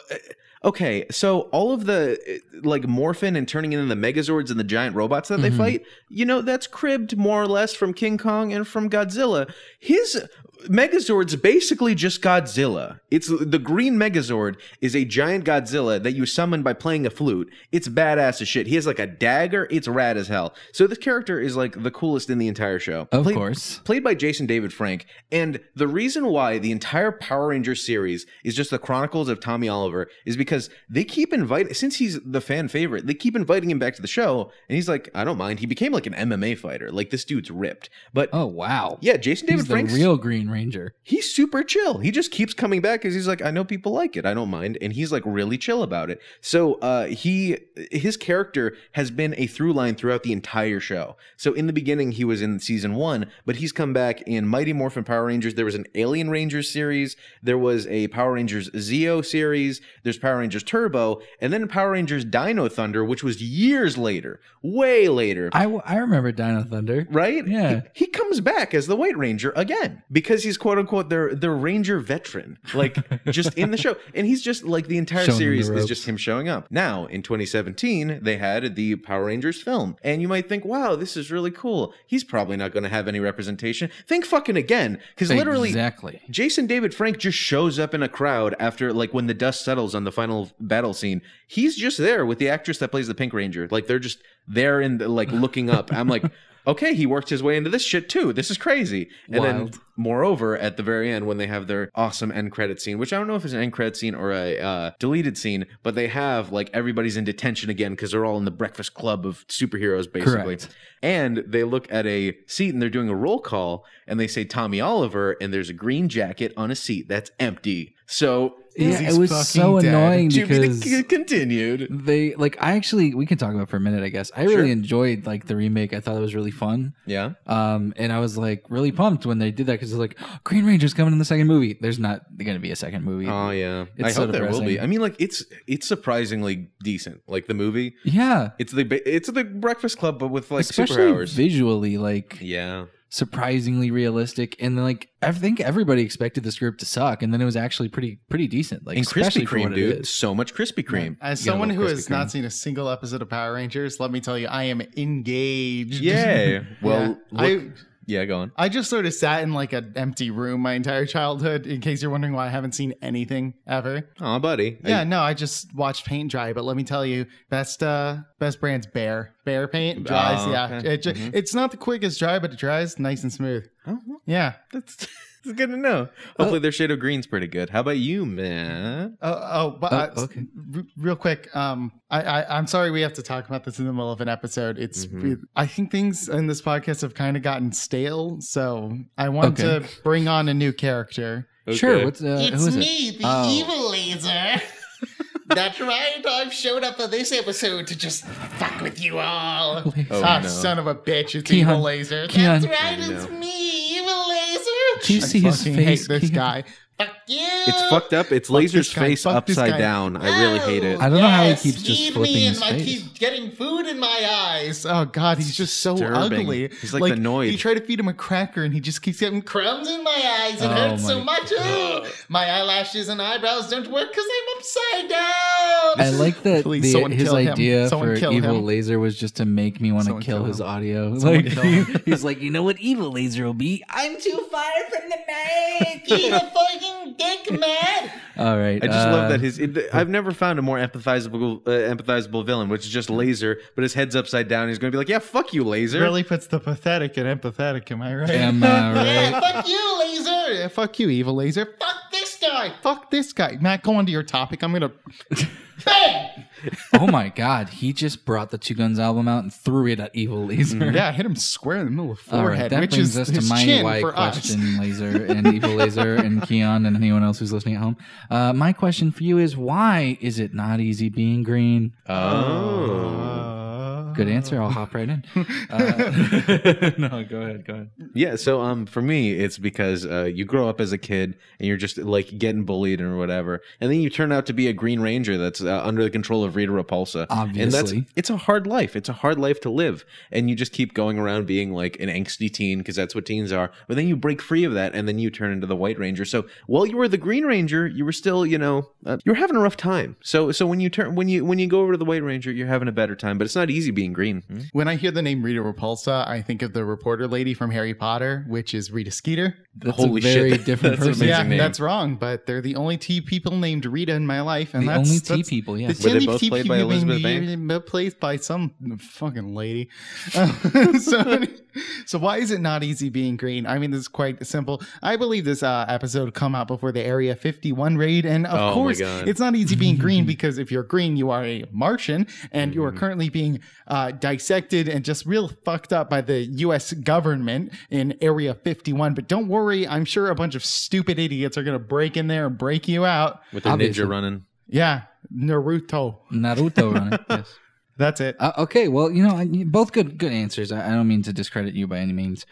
Speaker 3: Okay, so all of the uh, like morphin and turning into the Megazords and the giant robots that they
Speaker 2: Mhm.
Speaker 3: fight, you know, that's cribbed more or less from King Kong and from Godzilla. His Megazord's basically just Godzilla. It's the green Megazord is a giant Godzilla that you summon by playing a flute. It's badass as shit. He has like a dagger. It's rad as hell. So this character is like the coolest in the entire show.
Speaker 2: Of
Speaker 3: Played-
Speaker 2: course.
Speaker 3: played by Jason David Frank. And the reason why the entire Power Rangers series is just the chronicles of Tommy Oliver is because they keep inviting, since he's the fan favorite, they keep inviting him back to the show. And he's like, I don't mind. He became like an MMA fighter. Like this dude's ripped. But
Speaker 2: Oh wow.
Speaker 3: yeah, Jason
Speaker 2: He's
Speaker 3: David
Speaker 2: the
Speaker 3: Frank's
Speaker 2: real Green Ranger.
Speaker 3: he's super chill. He just keeps coming back because he's like, I know people like it. I don't mind. And he's like really chill about it. So uh, he his character has been a through line throughout the entire show. So in the beginning, he was in season one, but he's come back in Mighty Morphin Power Rangers. There was an Alien Rangers series. There was a Power Rangers Zeo series. There's Power Rangers Turbo, and then Power Rangers Dino Thunder, which was years later, way later.
Speaker 2: I, w- I remember Dino Thunder.
Speaker 3: Right?
Speaker 2: Yeah.
Speaker 3: He, he comes back as the White Ranger again because he's quote unquote their their Ranger veteran, like just in the show, and he's just like the entire
Speaker 2: Showing them
Speaker 3: series
Speaker 2: the
Speaker 3: is
Speaker 2: ropes.
Speaker 3: just him showing up. Now in 2017, they had the Power Rangers film, and you might think, wow, this is really cool. He's probably not going to have any representation. Think fucking again, because literally
Speaker 2: Exactly.
Speaker 3: Jason David Frank just shows up in a crowd after like when the dust settles on the final battle scene. He's just there with the actress that plays the Pink Ranger. Like they're just there and like looking up. I'm like, okay, he worked his way into this shit too. This is crazy. And then
Speaker 2: Wild.
Speaker 3: moreover, at the very end when they have their awesome end credit scene, which I don't know if it's an end credit scene or a uh, deleted scene, but they have like everybody's in detention again because they're all in the Breakfast Club of superheroes basically.
Speaker 2: Correct.
Speaker 3: And they look at a seat and they're doing a roll call and they say Tommy Oliver and there's a green jacket on a seat that's empty. So
Speaker 1: Because
Speaker 2: Yeah,
Speaker 1: he's
Speaker 2: it was so
Speaker 1: fucking dead.
Speaker 2: annoying
Speaker 3: to
Speaker 2: because
Speaker 3: be the- continued.
Speaker 2: they like I actually we can talk about it for a minute I guess. I really
Speaker 3: Sure.
Speaker 2: enjoyed like the remake. I thought it was really fun.
Speaker 3: Yeah.
Speaker 2: Um, and I was like really pumped when they did that because it's like Green Ranger's coming in the second movie. There's not going to be a second movie.
Speaker 3: Oh yeah.
Speaker 2: It's
Speaker 3: I
Speaker 2: so
Speaker 3: hope there will be.
Speaker 2: depressing.
Speaker 3: I mean like it's it's surprisingly decent. Like the movie.
Speaker 2: yeah,
Speaker 3: It's the ba- it's the Breakfast Club but with like
Speaker 2: especially
Speaker 3: superpowers.
Speaker 2: visually, like
Speaker 3: yeah.
Speaker 2: surprisingly realistic. And then like I think everybody expected the script to suck, and then it was actually pretty pretty decent. Like
Speaker 3: and
Speaker 2: especially
Speaker 3: Krispy
Speaker 2: for
Speaker 3: Kreme,
Speaker 2: what it
Speaker 3: dude.
Speaker 2: is.
Speaker 3: So much Krispy Kreme.
Speaker 1: As
Speaker 3: You gotta
Speaker 1: someone
Speaker 3: love
Speaker 1: who
Speaker 3: Krispy
Speaker 1: has
Speaker 3: Kreme.
Speaker 1: not seen a single episode of Power Rangers, let me tell you, I am engaged.
Speaker 3: Yeah.
Speaker 1: Well,
Speaker 3: Well, look-
Speaker 1: I
Speaker 3: yeah, go on.
Speaker 1: I just sort of sat in like an empty room my entire childhood. In case you're wondering why I haven't seen anything ever.
Speaker 3: Oh, buddy.
Speaker 1: Yeah, no, I just watched paint dry. But let me tell you, best uh best brands Bear Bear paint dries.
Speaker 3: Oh,
Speaker 1: yeah,
Speaker 3: okay.
Speaker 2: Mm-hmm.
Speaker 1: It ju-
Speaker 3: Mhm.
Speaker 1: it's not the quickest dry, but it dries nice and smooth.
Speaker 3: I- oh, well,
Speaker 1: Yeah,
Speaker 3: that's It's good to know. Hopefully, their shade of green's pretty good. How about you, man?
Speaker 1: Uh, oh, but uh,
Speaker 2: Oh, okay.
Speaker 1: r- real quick, um, I, I I'm sorry we have to talk about this in the middle of an episode. It's
Speaker 2: Mm-hmm.
Speaker 3: Mhm.
Speaker 1: I think things in this podcast have kind of gotten stale, so I want
Speaker 2: Okay.
Speaker 1: to bring on a new character.
Speaker 2: Sure.
Speaker 3: Okay.
Speaker 2: What's uh, who is it?
Speaker 4: me, the
Speaker 2: Oh.
Speaker 4: evil laser. That's right, I've showed up for this episode to just fuck with you all.
Speaker 3: Oh,
Speaker 1: ah,
Speaker 3: no.
Speaker 1: son of a bitch! It's
Speaker 2: Keon.
Speaker 1: evil laser.
Speaker 4: That's
Speaker 2: Keon,
Speaker 4: right,
Speaker 3: No.
Speaker 4: it's me, evil laser.
Speaker 2: do you
Speaker 1: I
Speaker 2: see his
Speaker 1: fucking
Speaker 2: face?
Speaker 1: hate this
Speaker 2: Keon?
Speaker 1: guy.
Speaker 4: Fuck you.
Speaker 3: It's fucked up. It's Laser's
Speaker 1: this guy.
Speaker 3: face
Speaker 1: Fuck this
Speaker 3: upside
Speaker 1: guy.
Speaker 3: down. I really hate it.
Speaker 4: Oh,
Speaker 2: I don't know how he
Speaker 4: yes,
Speaker 2: keeps just
Speaker 4: feed
Speaker 2: flipping
Speaker 4: me
Speaker 2: his
Speaker 4: and I
Speaker 2: face.
Speaker 4: keep getting food in my eyes.
Speaker 1: Oh God, he's just so
Speaker 3: Disturbing.
Speaker 1: ugly.
Speaker 3: He's like the Noid.
Speaker 1: You try to feed him a cracker, and he just keeps getting. Cr-
Speaker 4: Crumbs in my eyes, it
Speaker 2: Oh
Speaker 4: hurts so
Speaker 2: my
Speaker 4: much. Ugh. My eyelashes and eyebrows don't work because I'm upside down.
Speaker 2: I like that
Speaker 1: Please,
Speaker 2: the,
Speaker 1: someone
Speaker 2: his
Speaker 1: kill him.
Speaker 2: idea
Speaker 1: Someone
Speaker 2: for
Speaker 1: kill
Speaker 2: evil
Speaker 1: him.
Speaker 2: laser was just to make me want to
Speaker 1: Someone
Speaker 2: kill,
Speaker 1: kill
Speaker 2: his
Speaker 1: him.
Speaker 2: audio.
Speaker 1: Someone
Speaker 2: Like
Speaker 1: kill him.
Speaker 2: he's like, you know what evil laser will be? I'm too far from the mic.
Speaker 4: Eat a fucking dick, man.
Speaker 2: All right.
Speaker 3: I just
Speaker 2: uh,
Speaker 3: love that his. It, I've never found a more empathizable, uh, empathizable villain, which is just Laser, but his head's upside down. He's going to be like, "Yeah, fuck you, Laser."
Speaker 1: really puts the pathetic and empathetic. Am I right?
Speaker 2: Am I right?
Speaker 4: Yeah, fuck you, laser.
Speaker 1: Yeah, fuck you, evil laser.
Speaker 4: Fuck this guy.
Speaker 1: Fuck this guy. Matt, go on to your topic. I'm gonna.
Speaker 4: Bang.
Speaker 2: oh my god, he just brought the Two Guns album out and threw it at Evil Laser.
Speaker 1: Yeah, hit him square in the middle of the
Speaker 2: All right,
Speaker 1: Mm-hmm. forehead,
Speaker 2: that
Speaker 1: which
Speaker 2: brings
Speaker 1: is
Speaker 2: us to
Speaker 1: his
Speaker 2: my
Speaker 1: chin
Speaker 2: why
Speaker 1: for us.
Speaker 2: question, Laser and Evil Laser and Keon and anyone else who's listening at home. Uh, my question for you is, why is it not easy being green? Uh,
Speaker 3: Um, Oh,
Speaker 2: Good answer. I'll hop right in. Uh, no, go ahead. Go ahead.
Speaker 3: yeah. So, um, for me, it's because uh, you grow up as a kid and you're just like getting bullied or whatever, and then you turn out to be a Green Ranger that's uh, under the control of Rita Repulsa. and that's
Speaker 2: Obviously.
Speaker 3: it's a hard life. It's a hard life to live, and you just keep going around being like an angsty teen because that's what teens are. But then you break free of that, and then you turn into the White Ranger. So while you were the Green Ranger, you were still, you know, uh, you're having a rough time. So so when you turn when you when you go over to the White Ranger, you're having a better time. But it's not easy being green.
Speaker 2: Hmm?
Speaker 1: When I hear the name Rita Repulsa, I think of the reporter lady from Harry Potter, which is Rita Skeeter.
Speaker 2: That's a
Speaker 3: Holy
Speaker 2: very
Speaker 3: shit.
Speaker 2: different
Speaker 3: That's
Speaker 2: person.
Speaker 3: amazing
Speaker 1: yeah,
Speaker 3: name.
Speaker 1: that's wrong, but they're the only two people named Rita in my life, and
Speaker 2: The
Speaker 1: that's
Speaker 2: only T
Speaker 1: that's-
Speaker 2: people.
Speaker 1: The
Speaker 2: Yes.
Speaker 3: Were they
Speaker 1: only
Speaker 3: both
Speaker 1: T
Speaker 3: played by
Speaker 1: people being
Speaker 3: Elizabeth
Speaker 1: named- Played by some fucking lady. Uh, so, so why is it not easy being green? I mean, this is quite simple. I believe this uh, episode will come out before the Area 51 raid, and of
Speaker 3: Oh my
Speaker 1: course,
Speaker 3: God.
Speaker 1: it's not easy being green because if you're green, you are a Martian, and you are
Speaker 3: Mm-hmm.
Speaker 1: currently being uh, dissected and just real fucked up by the U.S. government in Area 51. But don't worry, I'm sure a bunch of stupid idiots are going to break in there and break you out.
Speaker 3: With a
Speaker 2: Obviously.
Speaker 3: ninja running.
Speaker 1: Yeah, Naruto.
Speaker 2: Naruto on it. Yes.
Speaker 1: That's it.
Speaker 2: Uh, okay. Well, you know, I- both good good answers. I, I don't mean to discredit you by any means.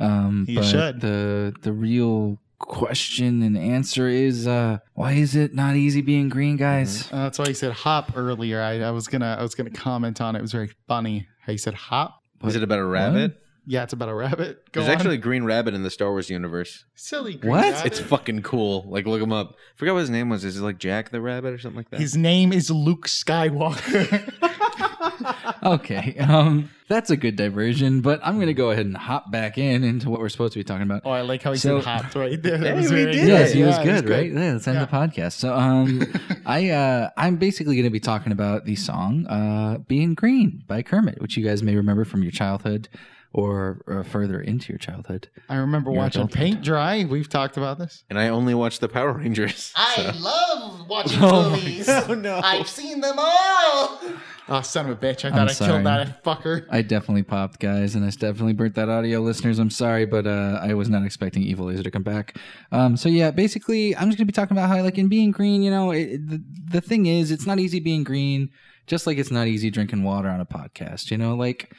Speaker 2: Um,
Speaker 1: You
Speaker 2: but
Speaker 1: should.
Speaker 2: The the real question and answer is uh, why is it not easy being green, guys?
Speaker 1: Uh, that's why you said hop earlier. I, I was gonna I was gonna comment on it. It was very funny how you said hop.
Speaker 3: Is it about a rabbit?
Speaker 1: Yeah, it's about a rabbit. Go
Speaker 3: There's
Speaker 1: on.
Speaker 3: actually a green rabbit in the Star Wars universe.
Speaker 1: silly. Green
Speaker 2: What?
Speaker 1: rabbit.
Speaker 3: It's fucking cool. Like look him up. Forgot what his name was. Is it like Jack the Rabbit or something like that?
Speaker 1: His name is Luke Skywalker.
Speaker 2: Mm-hmm. Okay. Um, that's a good diversion. But I'm gonna go ahead and hop back in into what we're supposed to be talking about.
Speaker 1: oh, I like how he
Speaker 2: So-
Speaker 1: said hopped right there. That
Speaker 3: Hey,
Speaker 1: was
Speaker 3: we
Speaker 1: very
Speaker 3: did
Speaker 1: good.
Speaker 3: it.
Speaker 2: Yes, he was
Speaker 1: Yeah,
Speaker 2: good, right? Yeah, let's end the podcast. So, um, I uh, I'm basically going to be talking about the song uh, "Being Green" by Kermit, which you guys may remember from your childhood or, or further into your childhood.
Speaker 1: I remember
Speaker 2: You're
Speaker 1: watching
Speaker 2: adulthood.
Speaker 1: Paint Dry. We've talked about this.
Speaker 3: and I only watched the Power Rangers.
Speaker 4: I love watching
Speaker 2: Oh my
Speaker 4: movies.
Speaker 3: God. Oh, no.
Speaker 4: I've seen them all.
Speaker 1: Oh, son of a bitch! I thought I
Speaker 2: sorry.
Speaker 1: killed that fucker.
Speaker 2: I definitely popped, guys, and I definitely burnt that audio, listeners. I'm sorry, but uh, I was not expecting Evil Laser to come back. Um, so yeah, basically, I'm just gonna be talking about how, like, in being green, you know, it, it- the the thing is, it's not easy being green, just like it's not easy drinking water on a podcast. You know, like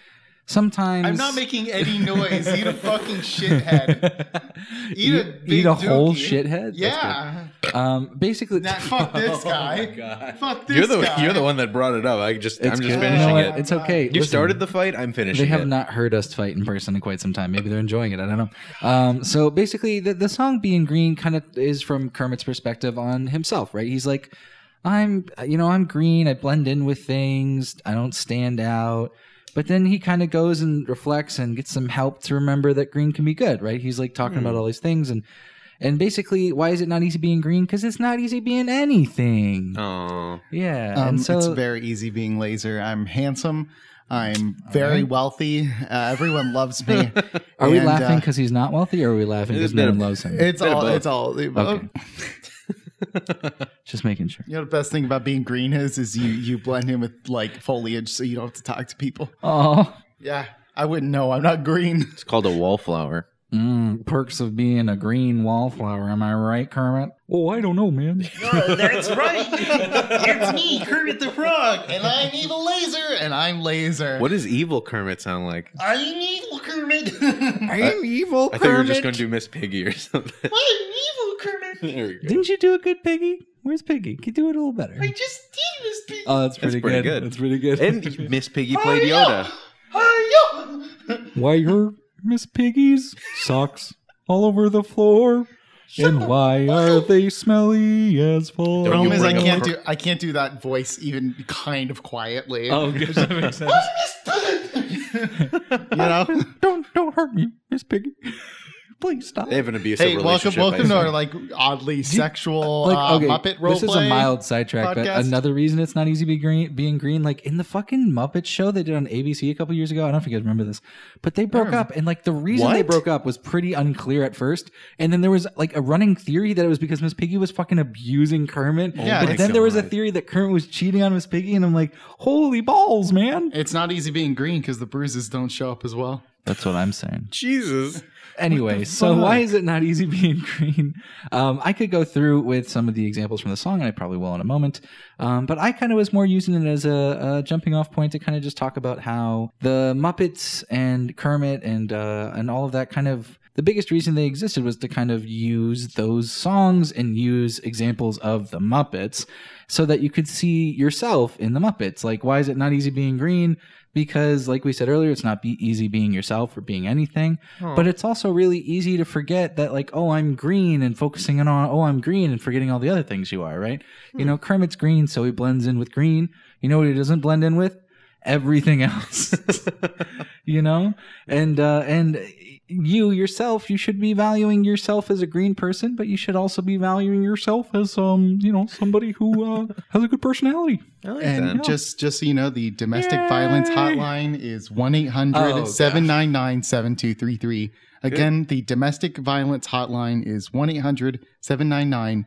Speaker 2: sometimes
Speaker 1: I'm not making any noise. Eat a fucking shithead.
Speaker 2: eat,
Speaker 1: Eat a big
Speaker 2: eat a whole
Speaker 1: dookie.
Speaker 2: shithead. That's
Speaker 1: Yeah.
Speaker 2: good. Um. Basically,
Speaker 1: Nah, fuck this
Speaker 2: Oh
Speaker 1: guy.
Speaker 2: my God.
Speaker 1: Fuck this
Speaker 3: You're the
Speaker 1: guy.
Speaker 3: you're the one that brought it up. I just
Speaker 2: It's
Speaker 3: I'm
Speaker 2: good.
Speaker 3: just
Speaker 2: You know
Speaker 3: finishing
Speaker 2: what?
Speaker 3: it.
Speaker 2: It's okay.
Speaker 3: You
Speaker 2: Listen,
Speaker 3: started the fight. I'm finishing.
Speaker 2: They have
Speaker 3: it.
Speaker 2: not heard us fight in person in quite some time. Maybe they're enjoying it. I don't know. Um, so basically, the, the song "Being Green" kind of is from Kermit's perspective on himself, right? He's like, "I'm, you know, I'm green. I blend in with things. I don't stand out." But then he kind of goes and reflects and gets some help to remember that green can be good, right? He's like talking
Speaker 1: Hmm.
Speaker 2: about all these things and and basically, why is it not easy being green? Because it's not easy being anything.
Speaker 3: Oh,
Speaker 2: Yeah,
Speaker 1: Um,
Speaker 2: and so
Speaker 1: it's very easy being laser. I'm handsome. I'm very wealthy. Uh, everyone loves me.
Speaker 2: Are we
Speaker 1: And,
Speaker 2: laughing
Speaker 1: uh,
Speaker 2: because he's not wealthy, or are we laughing because
Speaker 3: It's
Speaker 2: no
Speaker 3: been
Speaker 2: one
Speaker 3: a-
Speaker 2: loves him?
Speaker 1: it's
Speaker 3: Bit of
Speaker 1: all.
Speaker 3: both.
Speaker 1: It's all.
Speaker 2: Okay. Just making sure.
Speaker 1: You know the best thing about being green is is you you blend in with like foliage, so you don't have to talk to people.
Speaker 2: Oh,
Speaker 1: Yeah, I wouldn't know. I'm not green.
Speaker 3: It's called a wallflower.
Speaker 2: mm, perks of being a green wallflower. Am I right, Kermit? Oh, I don't know, man.
Speaker 4: Oh, that's right. it's me, Kermit the Frog, and I'm evil laser.
Speaker 1: and I'm laser.
Speaker 3: What does evil Kermit sound like?
Speaker 4: I'm evil Kermit. I'm
Speaker 2: I am evil,
Speaker 3: I thought you were just going to do Miss Piggy or something.
Speaker 4: evil Kermit.
Speaker 3: there we go.
Speaker 2: Didn't you do a good piggy? Where's Piggy? Can do it a little better.
Speaker 4: I just did this thing.
Speaker 2: Oh, that's pretty,
Speaker 3: pretty
Speaker 2: good.
Speaker 3: good.
Speaker 2: That's pretty good.
Speaker 3: And Miss Piggy played Yoda.
Speaker 4: Hi-yo!
Speaker 2: why are Miss Piggy's socks all over the floor? and why are they smelly as fuck?
Speaker 3: Don't
Speaker 1: Problem
Speaker 3: you
Speaker 1: is, I
Speaker 3: bring up
Speaker 1: can't
Speaker 3: her-
Speaker 1: do I can't do that voice even kind of quietly.
Speaker 2: Oh, good. That makes sense.
Speaker 1: You know.
Speaker 2: don't don't hurt me, Miss Piggy. Please stop.
Speaker 3: They have an abusive
Speaker 1: hey, welcome,
Speaker 3: relationship. I
Speaker 1: welcome to our
Speaker 3: assume.
Speaker 1: like oddly sexual uh, Muppet roleplay.
Speaker 2: This is a mild sidetrack,
Speaker 1: podcast.
Speaker 2: but another reason it's not easy be green, being green, like in the fucking Muppet show they did on ABC a couple years ago. I don't know if you guys remember this, but they broke up, and like the reason they
Speaker 3: What?
Speaker 2: broke up was pretty unclear at first, and then there was like a running theory that it was because Miss Piggy was fucking abusing Kermit,
Speaker 1: Yeah,
Speaker 2: but
Speaker 1: my
Speaker 2: then there was a
Speaker 3: God.
Speaker 2: theory that Kermit was cheating on Miss Piggy, and I'm like, holy balls, man!
Speaker 1: It's not easy being green because the bruises don't show up as well.
Speaker 2: That's what I'm saying.
Speaker 3: Jesus.
Speaker 2: Anyway, so why is it not easy being green? Um, I could go through with some of the examples from the song, and I probably will in a moment. Um, but I kind of was more using it as a, a jumping off point to kind of just talk about how the Muppets and Kermit and uh, and all of that kind of the biggest reason they existed was to kind of use those songs and use examples of the Muppets so that you could see yourself in the Muppets. Like, why is it not easy being green? Because, like we said earlier, it's not be easy being yourself or being anything. But it's also really easy to forget that, like, oh, I'm green and focusing on, oh, I'm green and forgetting all the other things you are, right? You know, Kermit's green, so he blends in with green. You know what he doesn't blend in with? Everything else. you know and uh and you yourself you should be valuing yourself as a green person but you should also be valuing yourself as um you know somebody who uh has a good personality
Speaker 4: Oh,
Speaker 1: And
Speaker 2: that.
Speaker 1: just just so you know, the domestic violence hotline is 1 800 799 7233. Again, the domestic violence hotline is 1 800 799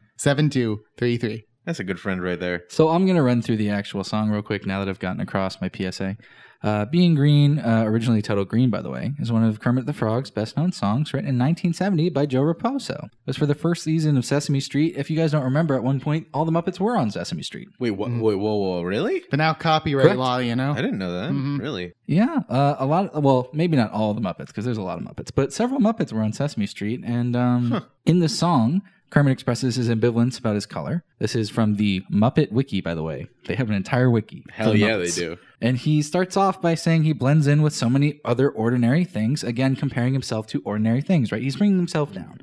Speaker 1: 7233.
Speaker 3: That's a good friend right there.
Speaker 2: So I'm going to run through the actual song real quick now that I've gotten across my PSA. Uh, Being Green, uh, originally titled Green, by the way, is one of Kermit the Frog's best known songs, written in 1970 by Joe Raposo. It was for the first season of Sesame Street. If you guys don't remember, at one point, all the Muppets were on Sesame Street.
Speaker 3: Wait, what? Wait, whoa, whoa, really?
Speaker 1: But now copyright
Speaker 2: Correct.
Speaker 1: law, you know?
Speaker 3: I didn't know that.
Speaker 2: Mm-hmm.
Speaker 1: Mhm.
Speaker 3: Really?
Speaker 2: Yeah, uh, a lot. Of, well, maybe not all the Muppets because there's a lot of Muppets, but several Muppets were on Sesame Street. And um, in the song, Kermit expresses his ambivalence about his color. This is from the Muppet Wiki, by the way. They have an entire wiki. for
Speaker 3: Hell
Speaker 2: the
Speaker 3: yeah, they
Speaker 2: Muppets.
Speaker 3: do.
Speaker 2: And he starts off by saying he blends in with so many other ordinary things, again, comparing himself to ordinary things, right? He's bringing himself down.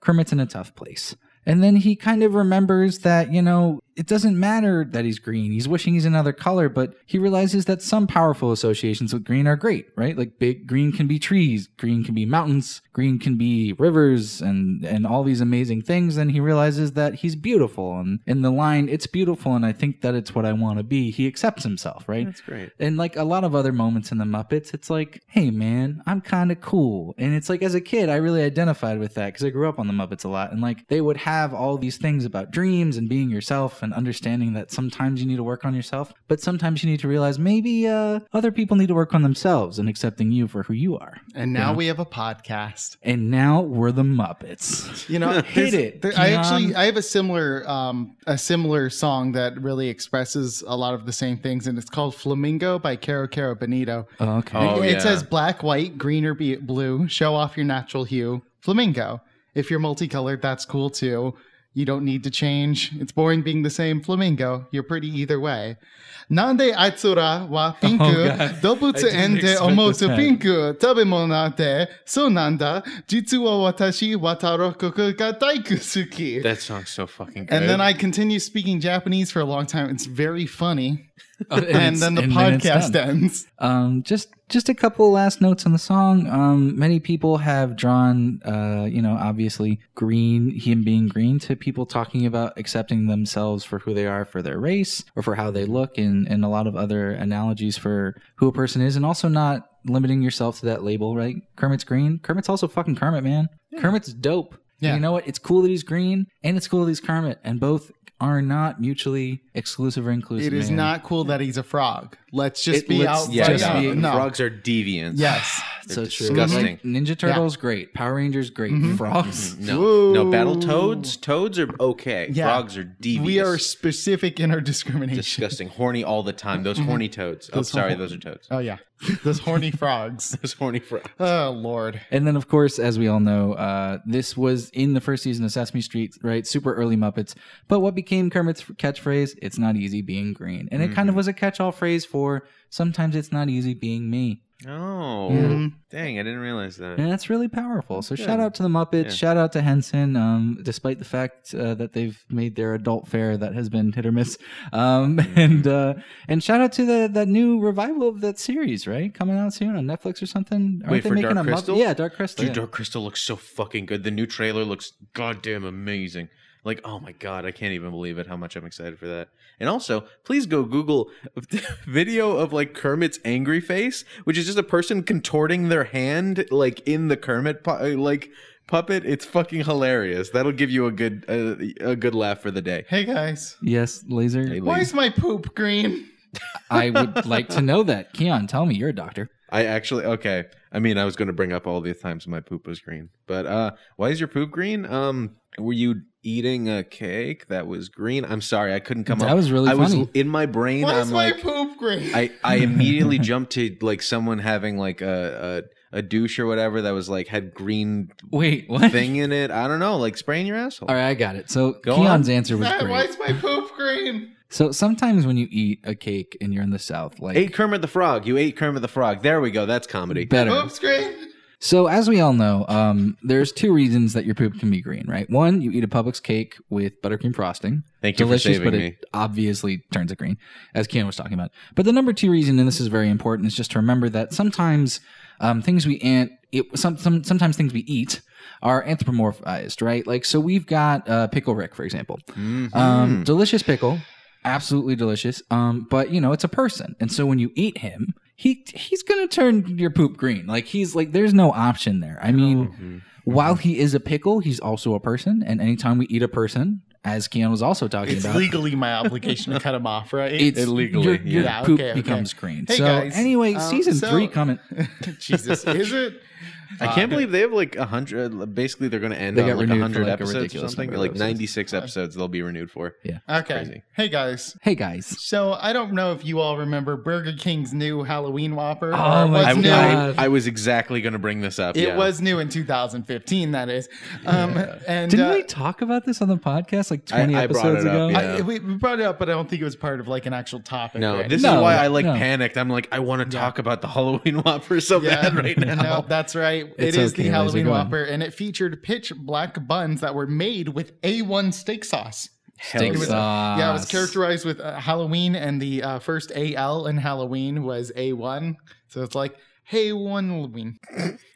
Speaker 2: Kermit's in a tough place. And then he kind of remembers that, you know, it doesn't matter that he's green. He's wishing he's another color, but he realizes that some powerful associations with green are great, right? Like big green can be trees, green can be mountains, green can be rivers and and all these amazing things. And he realizes that he's beautiful. And in the line, it's beautiful and I think that it's what I want to be. He accepts himself, right?
Speaker 3: That's great.
Speaker 2: and like a lot of other moments in the Muppets, it's like, hey man, I'm kind of cool. And it's like as a kid, I really identified with that because I grew up on the Muppets a lot. And like they would have all these things about dreams and being yourself and understanding that sometimes you need to work on yourself, but sometimes you need to realize maybe uh, other people need to work on themselves and accepting you for who you are.
Speaker 1: And now we have a podcast.
Speaker 2: And now we're the Muppets.
Speaker 1: You know,
Speaker 2: Hit it.
Speaker 1: There- I
Speaker 2: Keon.
Speaker 1: actually I have a similar um a similar song that really expresses a lot of the same things, and it's called Flamingo by Caro Caro Bonito.
Speaker 2: Okay.
Speaker 3: Oh,
Speaker 1: it
Speaker 3: yeah.
Speaker 1: says black, white, green, or be- blue. Show off your natural hue. Flamingo. If you're multicolored, that's cool too. You don't need to change. It's boring being the same. Flamingo. You're pretty either way. Nande atsura wa
Speaker 2: Oh, God.
Speaker 1: pinku, dobutsu
Speaker 2: I didn't
Speaker 1: ende
Speaker 2: expect
Speaker 1: omotsu
Speaker 2: that.
Speaker 1: pinku, tabemono de so nanda, jitsu wa watashi wa tarokoku ga daiku suki.
Speaker 3: That song's so fucking good.
Speaker 1: And then I continue speaking Japanese for a long time. It's very funny.
Speaker 2: Uh,
Speaker 1: Oh, and,
Speaker 2: it's-
Speaker 1: then the
Speaker 2: then it's
Speaker 1: podcast
Speaker 2: done.
Speaker 1: ends.
Speaker 2: Um, just just a couple last notes on the song. Um, many people have drawn, uh, you know, obviously green, him being green, to people talking about accepting themselves for who they are, for their race, or for how they look, and and a lot of other analogies for who a person is, and also not limiting yourself to that label. Right? Kermit's green. Kermit's also fucking Kermit, man. Kermit's dope. And
Speaker 1: Yeah.
Speaker 2: You know what? It's cool that he's green, and it's cool that he's Kermit, and both are not mutually exclusive or inclusive.
Speaker 1: It is
Speaker 2: man.
Speaker 1: not cool that he's a frog. Let's just
Speaker 2: It-
Speaker 1: be
Speaker 2: let's
Speaker 1: out.
Speaker 3: Yeah,
Speaker 1: right
Speaker 2: just
Speaker 1: now.
Speaker 2: be-
Speaker 1: no.
Speaker 3: frogs are deviants.
Speaker 1: Yes.
Speaker 3: They're
Speaker 2: so true.
Speaker 3: disgusting.
Speaker 2: Like, Ninja Turtles, great. Power Rangers, great. Frogs.
Speaker 3: No,
Speaker 1: Whoa.
Speaker 3: no battle toads. Toads are okay.
Speaker 1: Yeah.
Speaker 3: Frogs are devious.
Speaker 1: We are specific in our discrimination.
Speaker 3: disgusting, horny all the time. Those horny toads. Oh,
Speaker 1: Mm-hmm. Those
Speaker 3: sorry,
Speaker 1: horn-
Speaker 3: those are toads.
Speaker 1: Oh yeah, those horny frogs.
Speaker 3: Those horny frogs.
Speaker 1: Oh lord.
Speaker 2: And then, of course, as we all know, uh, this was in the first season of Sesame Street, right? Super early Muppets. But what became Kermit's catchphrase? It's not easy being green. And it kind of was a catch all phrase for sometimes it's not easy being me.
Speaker 3: Oh,
Speaker 1: Mhm.
Speaker 3: dang! I didn't realize that.
Speaker 2: And that's really powerful. So
Speaker 3: Good.
Speaker 2: shout out to the Muppets.
Speaker 3: Yeah.
Speaker 2: Shout out to Henson. Um, despite the fact uh, that they've made their adult fare that has been hit or miss. Um,
Speaker 3: Mm-hmm.
Speaker 2: and uh, and shout out to the that new revival of that series, right? Coming out soon on Netflix or something. Aren't
Speaker 3: Wait,
Speaker 2: they
Speaker 3: for
Speaker 2: making
Speaker 3: Dark
Speaker 2: a Mupp-
Speaker 3: Crystal?
Speaker 2: Yeah, Dark Crystal.
Speaker 3: Dude,
Speaker 2: yeah.
Speaker 3: Dark Crystal looks so fucking good. The new trailer looks goddamn amazing. Like, oh my god, I can't even believe it. How much I'm excited for that. And also, please go Google video of like Kermit's angry face, which is just a person contorting their hand like in the Kermit pu- like puppet. It's fucking hilarious. That'll give you a good uh, a good laugh for the day.
Speaker 1: Hey guys,
Speaker 2: Yes, laser.
Speaker 3: Hey,
Speaker 1: why
Speaker 3: Lee.
Speaker 1: is my poop green?
Speaker 2: I would like to know that. Keon, tell me you're a doctor.
Speaker 3: I actually okay. I mean, I was going to bring up all the times my poop was green, but uh, why is your poop green? Um, were you eating a cake that was green? I'm sorry, I couldn't come
Speaker 2: that
Speaker 3: up.
Speaker 2: was really
Speaker 3: I
Speaker 2: funny.
Speaker 3: was in my brain.
Speaker 1: Why
Speaker 3: I'm
Speaker 1: is my
Speaker 3: like,
Speaker 1: poop green?
Speaker 3: I I immediately jumped to like someone having like a a, a douche or whatever that was like had green
Speaker 2: Wait, what?
Speaker 3: thing in it. I don't know, like spraying your asshole.
Speaker 2: All right, I got it. So
Speaker 3: Go
Speaker 2: Keon's answer was
Speaker 1: Ah,
Speaker 2: great.
Speaker 1: why is my poop green?
Speaker 2: So sometimes when you eat a cake and you're in the South, like
Speaker 3: Ate Kermit the Frog. You ate Kermit the Frog. There we go. That's comedy.
Speaker 2: better.
Speaker 1: Poop's green.
Speaker 2: So, as we all know, um, there's two reasons that your poop can be green, right? One, you eat a Publix cake with buttercream frosting.
Speaker 3: Thank you for
Speaker 2: Delicious,
Speaker 3: saving
Speaker 2: but
Speaker 3: me.
Speaker 2: it obviously turns it green, as Keon was talking about. But the number two reason, and this is very important, is just to remember that sometimes um, things we ant it some, some sometimes things we eat are anthropomorphized, right? Like so, we've got uh, pickle Rick, for example.
Speaker 3: Mm-hmm.
Speaker 2: Um,
Speaker 3: Mm.
Speaker 2: delicious pickle, absolutely delicious. Um, but you know, it's a person, and so when you eat him, he he's gonna turn your poop green. Like he's like, there's no option there. I mean,
Speaker 3: Oh.
Speaker 2: while he is a pickle, he's also a person, and anytime we eat a person, as Keon was also talking
Speaker 1: It's
Speaker 2: about.
Speaker 1: legally my obligation to cut him off, right?
Speaker 2: It's Your, your
Speaker 1: Yeah,
Speaker 2: poop
Speaker 1: okay, okay.
Speaker 2: becomes green.
Speaker 1: Hey,
Speaker 2: so
Speaker 1: guys.
Speaker 2: anyway,
Speaker 1: Um,
Speaker 2: season
Speaker 1: so-
Speaker 2: three coming.
Speaker 1: Jesus, is it?
Speaker 3: I
Speaker 1: Uh,
Speaker 3: can't believe they have like a hundred. Basically, they're going to end
Speaker 2: They
Speaker 3: on
Speaker 2: got
Speaker 3: like a
Speaker 2: renewed for,
Speaker 3: hundred
Speaker 2: like, a
Speaker 3: episodes or
Speaker 2: ridiculous
Speaker 3: something.
Speaker 2: number of
Speaker 3: Like
Speaker 2: episodes.
Speaker 3: ninety six episodes, they'll be renewed for.
Speaker 1: Uh, Okay.
Speaker 3: crazy.
Speaker 1: Hey guys.
Speaker 2: Hey guys,
Speaker 1: So I don't know if you all remember Burger King's new Halloween Whopper. or
Speaker 2: Oh,
Speaker 1: it
Speaker 2: my
Speaker 1: was
Speaker 3: I,
Speaker 1: new.
Speaker 2: God.
Speaker 3: I, I was exactly going to bring this up.
Speaker 1: It
Speaker 3: yeah.
Speaker 1: was new in 2015. That is. Um, and
Speaker 2: didn't
Speaker 1: uh,
Speaker 2: we talk about this on the podcast like
Speaker 3: I-
Speaker 2: 20
Speaker 3: I brought
Speaker 2: episodes
Speaker 3: it up,
Speaker 2: ago?
Speaker 3: yeah.
Speaker 1: I, we we brought it up, but I don't think it was part of like an actual topic.
Speaker 3: No,
Speaker 1: right?
Speaker 3: this
Speaker 2: No,
Speaker 3: is why I like
Speaker 2: no.
Speaker 3: panicked. I'm like, I want to talk about the Halloween Whopper so bad right now.
Speaker 1: No, that's right.
Speaker 2: It's
Speaker 1: it is
Speaker 2: okay,
Speaker 1: the
Speaker 2: Liza,
Speaker 1: Halloween
Speaker 2: go on.
Speaker 1: Whopper, and it featured pitch black buns that were made with A1 steak sauce.
Speaker 3: Hell
Speaker 2: Steak
Speaker 1: It was,
Speaker 2: sauce.
Speaker 1: yeah, it was
Speaker 2: Sauce.
Speaker 1: characterized with uh, Halloween, and the uh, first AL in Halloween was A1. So it's like, hey, one Halloween.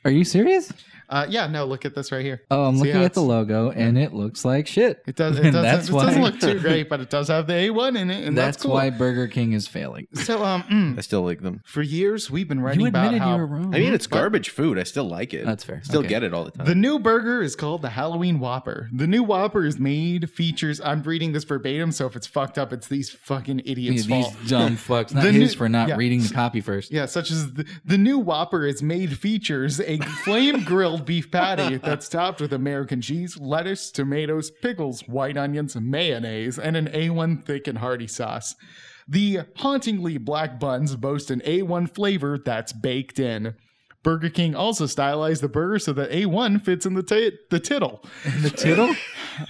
Speaker 2: Are you serious?
Speaker 1: Uh, yeah, no, look at this right here.
Speaker 2: Oh, I'm
Speaker 1: See
Speaker 2: looking
Speaker 1: how
Speaker 2: at the
Speaker 1: it's-
Speaker 2: logo and it looks like shit.
Speaker 1: It, does, it,
Speaker 2: And
Speaker 1: doesn't,
Speaker 2: that's
Speaker 1: it doesn't
Speaker 2: why-
Speaker 1: look too great, but it does have the A1 in it, and that's,
Speaker 2: That's,
Speaker 1: cool.
Speaker 2: why Burger King is failing.
Speaker 1: So, um, mm,
Speaker 3: I still like them.
Speaker 1: for years, we've been writing
Speaker 2: You
Speaker 1: about
Speaker 2: admitted
Speaker 1: how
Speaker 2: you were wrong.
Speaker 3: I mean, it's garbage food. I still like it.
Speaker 2: That's fair.
Speaker 3: Still
Speaker 2: Okay.
Speaker 3: get it all the time.
Speaker 1: Mm-hmm. The new burger is called the Halloween Whopper. The new Whopper is made, features, I'm reading this verbatim, so if it's fucked up, it's these fucking
Speaker 2: Yeah,
Speaker 1: idiots'
Speaker 2: these
Speaker 1: fault.
Speaker 2: dumb fucks. Not
Speaker 1: The
Speaker 2: his
Speaker 1: new-
Speaker 2: for not
Speaker 1: yeah.
Speaker 2: reading the copy first.
Speaker 1: Yeah, such as the, the new Whopper is made features a flame grilled beef patty that's topped with American cheese, lettuce, tomatoes, pickles, white onions, mayonnaise, and an A1 thick and hearty sauce. The hauntingly black buns boast an A1 flavor that's baked in. Burger King also stylized the burger so that A1 fits in the, ta the tittle.
Speaker 2: The tittle?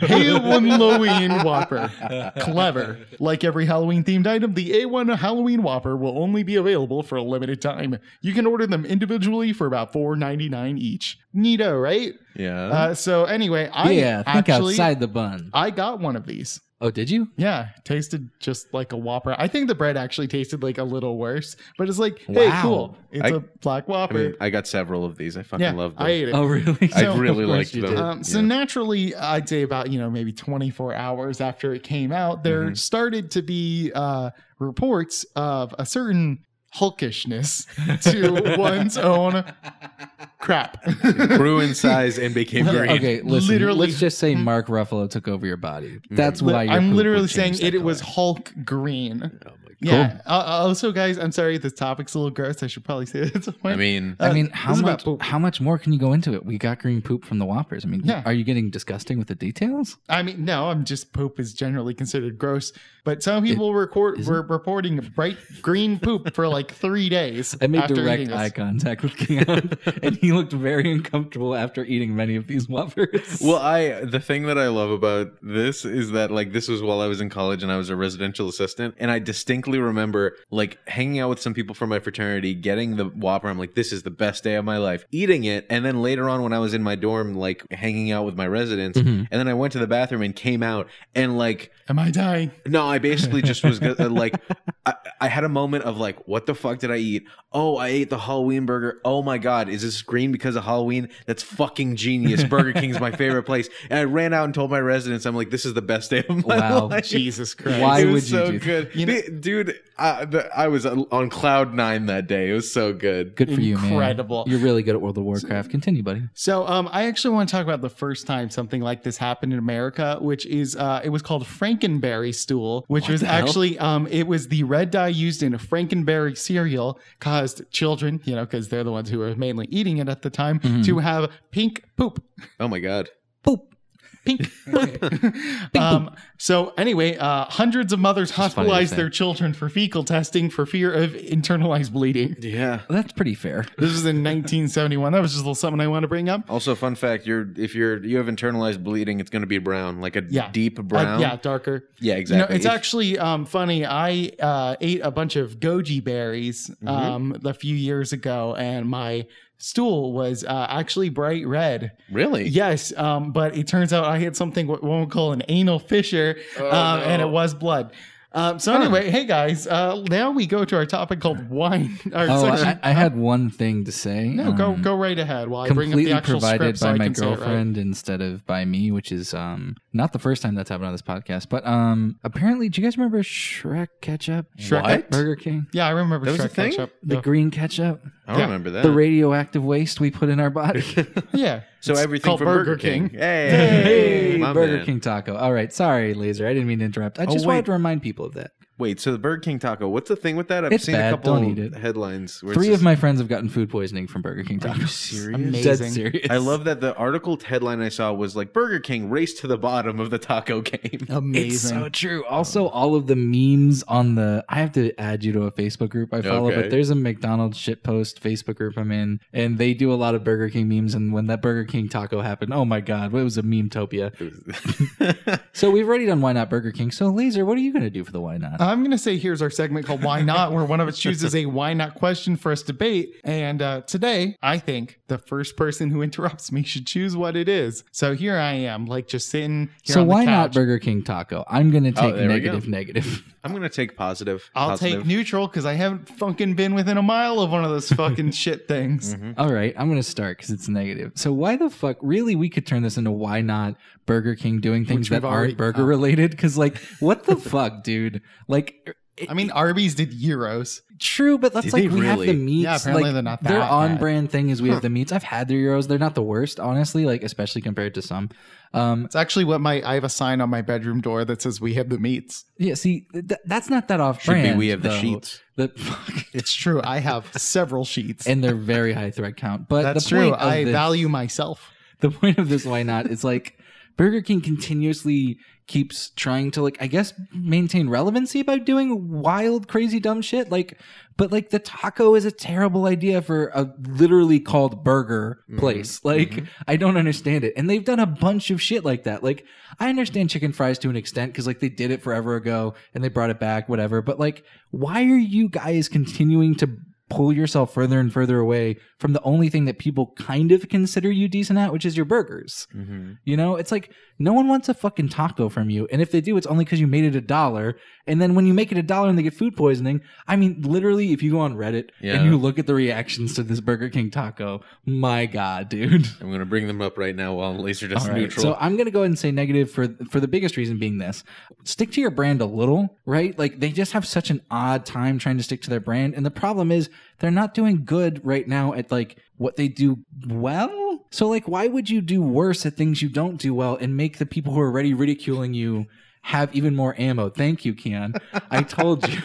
Speaker 1: A1 Halloween Whopper. Clever. Like every Halloween themed item, the A1 Halloween Whopper will only be available for a limited time. You can order them individually for about $4.99 each. Neato, right?
Speaker 3: yeah.
Speaker 1: Uh, so anyway, I
Speaker 2: yeah, think
Speaker 1: actually Uh,
Speaker 2: outside the bun.
Speaker 1: I got one of these.
Speaker 2: Oh, did you?
Speaker 1: Yeah, tasted just like a Whopper. I think the bread actually tasted like a little worse, but it's like, hey,
Speaker 2: Wow.
Speaker 1: cool. It's
Speaker 3: I-
Speaker 1: a black
Speaker 3: I
Speaker 1: Whopper.
Speaker 3: mean, I got several of these. I fucking
Speaker 1: yeah,
Speaker 3: love them.
Speaker 1: I ate it.
Speaker 2: Oh, really?
Speaker 3: I
Speaker 1: So-
Speaker 3: really
Speaker 2: Of course
Speaker 3: liked
Speaker 2: you
Speaker 3: them.
Speaker 2: did.
Speaker 1: Um, so
Speaker 3: Yeah.
Speaker 1: naturally, I'd say about you know maybe 24 hours after it came out, there
Speaker 2: Mm-hmm.
Speaker 3: Mhm.
Speaker 1: started to be uh, reports of a certain hulkishness to one's own crap.
Speaker 3: grew in size and became green.
Speaker 2: Okay, listen.
Speaker 1: Literally- Hmm.
Speaker 2: let's just say Mark Ruffalo took over your body. That's
Speaker 1: Li-
Speaker 2: why your
Speaker 1: I'm
Speaker 2: poop
Speaker 1: literally
Speaker 2: would
Speaker 1: saying
Speaker 2: change
Speaker 1: it,
Speaker 2: that
Speaker 1: it was
Speaker 2: color.
Speaker 1: Hulk green.
Speaker 3: Oh my
Speaker 1: Yeah. Uh, also, guys, I'm sorry this topic's a little gross. I should probably say that at some
Speaker 3: God.
Speaker 1: point.
Speaker 3: I mean,
Speaker 1: Uh,
Speaker 2: I mean,
Speaker 1: this
Speaker 2: how
Speaker 1: is about
Speaker 2: much?
Speaker 1: poop.
Speaker 2: How much more can you go into it? We got green poop from the Whoppers. I mean,
Speaker 1: Yeah.
Speaker 2: are you getting disgusting with the details?
Speaker 1: I mean, no, I'm just poop is generally considered gross, but some people record
Speaker 2: isn't?
Speaker 1: were reporting bright green poop for like three days.
Speaker 2: I made
Speaker 1: after
Speaker 2: direct
Speaker 1: eating this.
Speaker 2: eye contact with Keon, and he looked very uncomfortable after eating many of these Whoppers.
Speaker 3: well, I the thing that I love about this is that like this was while I was in college and I was a residential assistant, and I distinctly remember like hanging out with some people from my fraternity, getting the Whopper. I'm like, this is the best day of my life, eating it, and then later on when I was in my dorm, like hanging out with my residents,
Speaker 2: Mhm.
Speaker 3: and then I went to the bathroom and came out and like
Speaker 1: Am I dying?
Speaker 3: No, I basically just was go- uh, like, I, I had a moment of like, what the fuck did I eat? Oh, I ate the Halloween burger. Oh my god, is this green because of Halloween? That's fucking genius. Burger King's my favorite place. And I ran out and told my residents, I'm like, this is the best day of my
Speaker 2: Wow.
Speaker 3: life.
Speaker 1: Jesus Christ.
Speaker 2: Why
Speaker 3: it
Speaker 2: would
Speaker 3: was
Speaker 2: you
Speaker 3: so
Speaker 2: do that?
Speaker 3: good,
Speaker 1: You know-
Speaker 3: The- dude? I, the, I was on cloud nine that day. It was so good.
Speaker 2: good for you, man.
Speaker 1: Incredible.
Speaker 2: You're really good at World of Warcraft. Continue, buddy.
Speaker 1: So, um, I actually want to talk about the first time something like this happened in America, which is uh, it was called Frankenberry stool, which
Speaker 2: What
Speaker 1: was
Speaker 2: the hell?
Speaker 1: actually um, it was the red dye used in a Frankenberry cereal caused children, you know, because they're the ones who were mainly eating it at the time,
Speaker 2: Mhm.
Speaker 1: to have pink poop.
Speaker 3: Oh my god.
Speaker 2: Poop.
Speaker 1: Pink poop. um, so anyway, uh, hundreds of mothers
Speaker 2: funny to
Speaker 1: hospitalized
Speaker 2: say.
Speaker 1: their children for fecal testing for fear of internalized bleeding.
Speaker 3: Yeah.
Speaker 2: That's pretty fair.
Speaker 1: This was in 1971. That was just a little something I want to bring up.
Speaker 3: Also, fun fact: you're if you're you have internalized bleeding, it's going to be brown, like a
Speaker 1: Yeah.
Speaker 3: deep
Speaker 1: Like,
Speaker 3: brown.
Speaker 1: Uh, yeah, darker.
Speaker 3: yeah,
Speaker 1: You know,
Speaker 3: exactly.
Speaker 1: it's
Speaker 3: If-
Speaker 1: actually um, funny. I uh, ate a bunch of goji berries
Speaker 2: Mm-hmm.
Speaker 1: um, a few years ago, and my stool was uh, actually bright red.
Speaker 3: really.
Speaker 1: Yes, um, but it turns out I had something what one would call an anal fissure,
Speaker 3: Oh,
Speaker 1: um, and it
Speaker 3: no.
Speaker 1: was blood. Um, so anyway, hey guys, uh, now we go to our topic called wine. Or
Speaker 2: Oh,
Speaker 1: section-
Speaker 2: I, I had one thing to say.
Speaker 1: no, go
Speaker 2: Um,
Speaker 1: go right ahead while I bring up
Speaker 2: completely
Speaker 1: the actual script
Speaker 2: provided
Speaker 1: so
Speaker 2: by
Speaker 1: I
Speaker 2: my
Speaker 1: can say it right.
Speaker 2: girlfriend instead of by me, which is um not the first time that's happened on this podcast. But um apparently, do you guys remember Shrek ketchup?
Speaker 1: Shrek
Speaker 3: What?
Speaker 2: at Burger King,
Speaker 1: Yeah, I remember
Speaker 3: That was a
Speaker 1: Shrek
Speaker 3: thing?
Speaker 1: ketchup.
Speaker 2: the
Speaker 1: Yeah.
Speaker 2: green ketchup,
Speaker 3: I don't
Speaker 1: Yeah.
Speaker 3: remember that.
Speaker 2: the radioactive waste we put in our body.
Speaker 1: yeah.
Speaker 3: So
Speaker 1: It's
Speaker 3: everything
Speaker 1: called
Speaker 3: from Burger, King. Hey,
Speaker 2: Hey,
Speaker 3: my
Speaker 2: Burger
Speaker 3: man.
Speaker 2: King taco. All right, sorry, Laser, I didn't mean to interrupt. I just
Speaker 3: Oh, wait.
Speaker 2: wanted to remind people of that.
Speaker 3: Wait, so the Burger King taco? What's the thing with that? I've
Speaker 2: It's
Speaker 3: seen
Speaker 2: bad,
Speaker 3: a couple
Speaker 2: don't eat it.
Speaker 3: headlines. Where
Speaker 2: Three
Speaker 3: it's
Speaker 2: of my friends have gotten food poisoning from Burger King
Speaker 3: just- Are you
Speaker 2: tacos.
Speaker 3: serious?
Speaker 1: Amazing.
Speaker 2: Dead serious.
Speaker 3: I love that the article headline I saw was like Burger King race to the bottom of the taco game.
Speaker 1: Amazing.
Speaker 2: It's so true. Also, all of the memes on the I have to add you to a Facebook group I follow,
Speaker 3: Okay.
Speaker 2: but there's a McDonald's shitpost Facebook group I'm in, and they do a lot of Burger King memes. And when that Burger King taco happened, oh my god, it was a meme topia. So we've already done why not Burger King. So Laser, what are you gonna do for the why not?
Speaker 1: I'm going to say here's our segment called Why Not, where one of us chooses a why not question for us to debate. And uh, today, I think the first person who interrupts me should choose what it is. So here I am, like just sitting here
Speaker 2: so
Speaker 1: on the
Speaker 2: why
Speaker 1: couch. Oh,
Speaker 2: not Burger King taco? I'm gonna take
Speaker 3: there we
Speaker 2: negative,
Speaker 3: go.
Speaker 2: negative.
Speaker 3: I'm gonna take positive.
Speaker 1: I'll
Speaker 3: positive.
Speaker 1: take neutral because I haven't fucking been within a mile of one of those fucking shit things.
Speaker 3: Mm-hmm,
Speaker 2: All right, I'm gonna start because it's negative. So why the fuck? Really, we could turn this into why not Burger King doing
Speaker 1: Which
Speaker 2: things that
Speaker 1: we've already oh.
Speaker 2: aren't burger related? Because like, what the fuck, dude? Like, it-
Speaker 1: I mean, Arby's did Euros.
Speaker 2: true, but that's
Speaker 3: Did
Speaker 2: like
Speaker 3: they
Speaker 2: we have the
Speaker 3: really?
Speaker 2: meats.
Speaker 1: Yeah, apparently
Speaker 2: like,
Speaker 1: they're not
Speaker 2: Their
Speaker 1: that
Speaker 2: on
Speaker 1: bad.
Speaker 2: brand thing is we have the meats. I've had their euros. They're not the worst, honestly. Like especially compared to some. Um,
Speaker 1: It's actually what my I have a sign on my bedroom door that says we have the meats.
Speaker 2: yeah. See, th- that's not that off
Speaker 3: Should
Speaker 2: brand.
Speaker 3: be we have the
Speaker 2: though.
Speaker 3: sheets.
Speaker 2: The fuck.
Speaker 1: It's true. I have several sheets.
Speaker 2: And they're very high thread count, but
Speaker 1: That's
Speaker 2: the point
Speaker 1: true.
Speaker 2: of
Speaker 1: I
Speaker 2: this-
Speaker 1: value myself.
Speaker 2: the point of this why not is like Burger King continuously keeps trying to like I guess maintain relevancy by doing wild crazy dumb shit like but like the taco is a terrible idea for a literally called burger place like I don't understand it and they've done a bunch of shit like that like I understand chicken fries to an extent cuz like they did it forever ago and they brought it back whatever but like why are you guys continuing to pull yourself further and further away from the only thing that people kind of consider you decent at, which is your burgers.
Speaker 3: Mm-hmm.
Speaker 2: You know, it's like no one wants a fucking taco from you, and if they do, it's only because you made it a dollar. And then when you make it a dollar and they get food poisoning, I mean, literally, if you go on Reddit
Speaker 3: Yeah.
Speaker 2: and you look at the reactions to this Burger King taco, my god, dude.
Speaker 3: I'm gonna bring them up right now while laser just
Speaker 2: All right,
Speaker 3: neutral.
Speaker 2: So I'm gonna go ahead and say negative for for the biggest reason being this: stick to your brand a little, right? Like they just have such an odd time trying to stick to their brand, and the problem is they're not doing good right now at like what they do well. So like, why would you do worse at things you don't do well and make the people who are already ridiculing you? Have even more ammo. Thank you, Keon. I told you.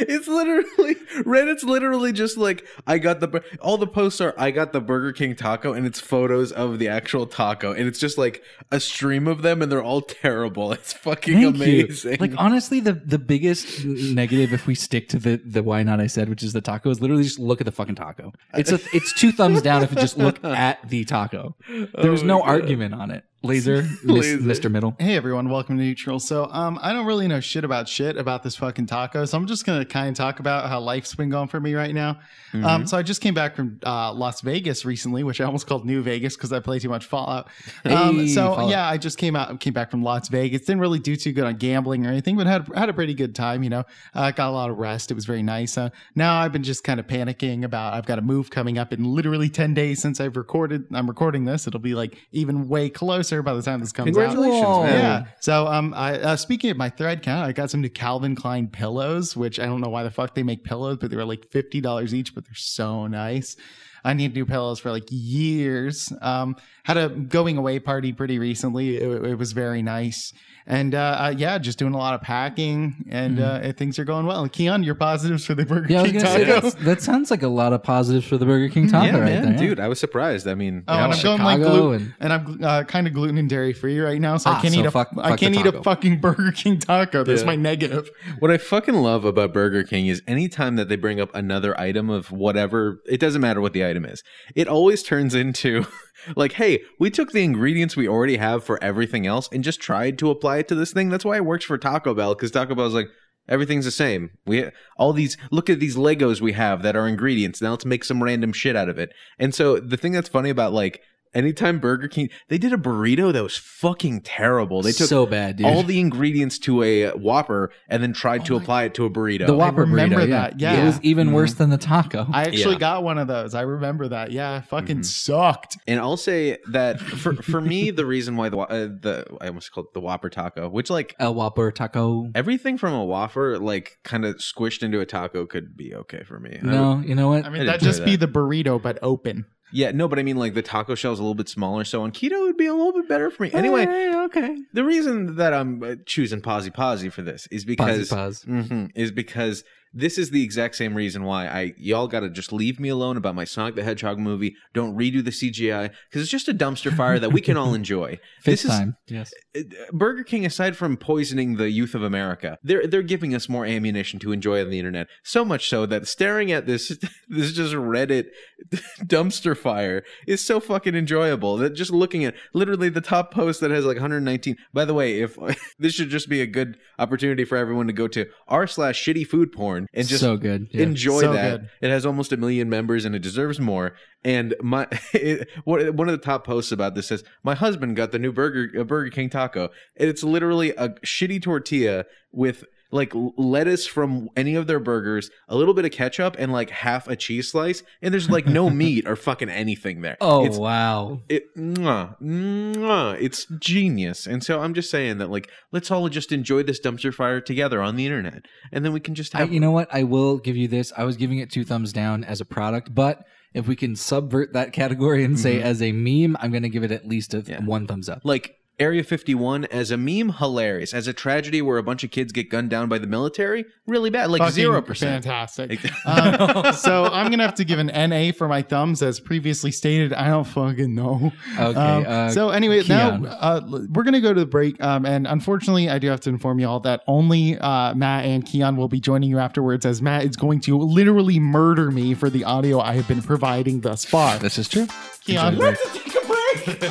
Speaker 3: it's literally Reddit's literally just like I got the bur- all the posts are I got the Burger King taco and it's photos of the actual taco and it's just like a stream of them and they're all terrible. It's fucking
Speaker 2: Thank
Speaker 3: amazing.
Speaker 2: you. Like honestly, the the biggest n- negative if we stick to the the why not I said, which is the taco, is literally just look at the fucking taco. It's a it's two thumbs down if you just look at the taco. There was
Speaker 3: Oh,
Speaker 2: no
Speaker 3: God.
Speaker 2: argument on it. Laser, Miss,
Speaker 3: Laser.
Speaker 2: Mr. Middle.
Speaker 1: Hey everyone, welcome to Neutral. So, um, I don't really know shit about shit about this fucking taco, so I'm just gonna kind of talk about how life's been going for me right now.
Speaker 2: Mm-hmm.
Speaker 1: Um, so I just came back from uh, Las Vegas recently, which I almost called New Vegas because I play too much Fallout. Um,
Speaker 2: Hey,
Speaker 1: so
Speaker 2: Fallout.
Speaker 1: yeah, I just came out, came back from Las Vegas. Didn't really do too good on gambling or anything, but had had a pretty good time. You know, uh, got a lot of rest. It was very nice. Uh, now I've been just kind of panicking about I've got a move coming up in literally ten days since I've recorded. I'm recording this. It'll be like even way closer by the time this comes out.
Speaker 3: Congratulations,
Speaker 2: Whoa.
Speaker 3: man.
Speaker 1: Yeah. So, um, I uh, speaking of my thread count, I got some new Calvin Klein pillows, which I don't know why the fuck they make pillows, but they were like fifty dollars each, but they're so nice. I need new pillows for like years. Um, had a going away party pretty recently. It, it was very nice, and uh, uh, yeah, just doing a lot of packing, and uh, things are going well. Keon, your positives for the Burger
Speaker 2: Hmm. Yeah, I was
Speaker 1: King
Speaker 2: gonna say
Speaker 1: taco.
Speaker 2: that's, that sounds like a lot of positives for the Burger King taco
Speaker 3: Yeah,
Speaker 2: right
Speaker 3: man,
Speaker 2: there.
Speaker 3: dude, I was surprised. I mean,
Speaker 1: Oh,
Speaker 3: yeah,
Speaker 1: and I'm going like
Speaker 2: Chicago
Speaker 1: gluten, and, I'm uh, kind of gluten and dairy free right now, so
Speaker 2: Ah,
Speaker 1: I can't
Speaker 2: so
Speaker 1: eat a
Speaker 2: fuck-
Speaker 1: I
Speaker 2: fuck
Speaker 1: can't
Speaker 2: the
Speaker 1: eat a
Speaker 2: taco.
Speaker 1: fucking Burger King taco. That's
Speaker 3: Yeah.
Speaker 1: my negative.
Speaker 3: What I fucking love about Burger King is anytime that they bring up another item of whatever, it doesn't matter what the item is, it always turns into like, hey, we took the ingredients we already have for everything else and just tried to apply it to this thing. That's why it works for Taco Bell because Taco Bell's like, everything's the same. We all these look at these Legos we have that are ingredients. Now let's make some random shit out of it. And so the thing that's funny about like anytime Burger King, they did a burrito that was fucking terrible. They took
Speaker 2: so bad, dude. Oh
Speaker 3: all the ingredients to a Whopper and then tried to apply it to a burrito.
Speaker 2: the Whopper
Speaker 1: remember
Speaker 2: burrito,
Speaker 1: that, yeah. Mm-hmm.
Speaker 2: it was even worse than the taco.
Speaker 1: I actually
Speaker 3: Yeah.
Speaker 1: got one of those. I remember that. Yeah, fucking
Speaker 3: Mhm.
Speaker 1: sucked.
Speaker 3: and I'll say that for for me, the reason why the Wha- uh, the I almost called it the Whopper taco, which like
Speaker 2: El Whopper taco.
Speaker 3: everything from a Whopper, like kind of squished into a taco, could be okay for me. I would-
Speaker 2: No, you know what?
Speaker 1: I
Speaker 3: I
Speaker 1: mean,
Speaker 3: didn't
Speaker 1: that'd
Speaker 3: enjoy
Speaker 1: just be the burrito, but open.
Speaker 3: yeah, no, but I mean like the taco shell's a little bit smaller, so on keto it would be a little bit better for me. Anyway,
Speaker 2: Hey, okay.
Speaker 3: the reason that I'm uh, choosing Posy Posy for this is
Speaker 2: Pause,
Speaker 3: because
Speaker 2: pause.
Speaker 3: hmm is because this is the exact same reason why I y'all got to just leave me alone about my Sonic the Hedgehog movie. Don't redo the CGI because it's just a dumpster fire that we can all enjoy.
Speaker 2: Fifth
Speaker 3: this is-
Speaker 2: time. Yes.
Speaker 3: Uh, Burger King, aside from poisoning the youth of America, they're they're giving us more ammunition to enjoy on the internet. So much so that staring at this this just Reddit dumpster fire is so fucking enjoyable. That just looking at literally the top post that has like 119. By the way, if this should just be a good opportunity for everyone to go to r slash shitty food porn and just
Speaker 2: so good. Yeah.
Speaker 3: enjoy
Speaker 1: So
Speaker 3: that.
Speaker 1: good.
Speaker 3: It has almost a million members and it deserves more. And my it, one one of the top posts about this says, "My husband got the new burger uh, Burger King taco, and it's literally a shitty tortilla with." Like l- lettuce from any of their burgers, a little bit of ketchup, and like half a cheese slice, and there's like no meat or fucking anything there.
Speaker 2: oh
Speaker 3: it's
Speaker 2: wow.
Speaker 3: it mwah, mwah, it's genius and so i'm just saying that like let's all just enjoy this dumpster fire together on the internet and then we can just
Speaker 2: I,
Speaker 3: have
Speaker 2: you know what? I will give you this. I was giving it two thumbs down as a product, but if we can subvert that category and say
Speaker 3: Mhm.
Speaker 2: as a meme, I'm going to give it at least a,
Speaker 3: Yeah.
Speaker 2: one thumbs up.
Speaker 3: like Area 51 as a meme, hilarious. As a tragedy where a bunch of kids get gunned down by the military, really bad. Like
Speaker 1: Fucking
Speaker 3: zero percent.
Speaker 1: Fantastic.
Speaker 3: Like-
Speaker 1: um, so I'm gonna have to give an NA for my thumbs, as previously stated. I don't fucking know.
Speaker 2: Okay.
Speaker 1: Um,
Speaker 2: uh,
Speaker 1: so anyway,
Speaker 2: Keon.
Speaker 1: now uh, l- we're gonna go to the break, um, and unfortunately, I do have to inform you all that only uh, Matt and Keon will be joining you afterwards, as Matt is going to literally murder me for the audio I have been providing thus far.
Speaker 2: this is true.
Speaker 1: Keon,
Speaker 2: Enjoy the
Speaker 4: Take a break.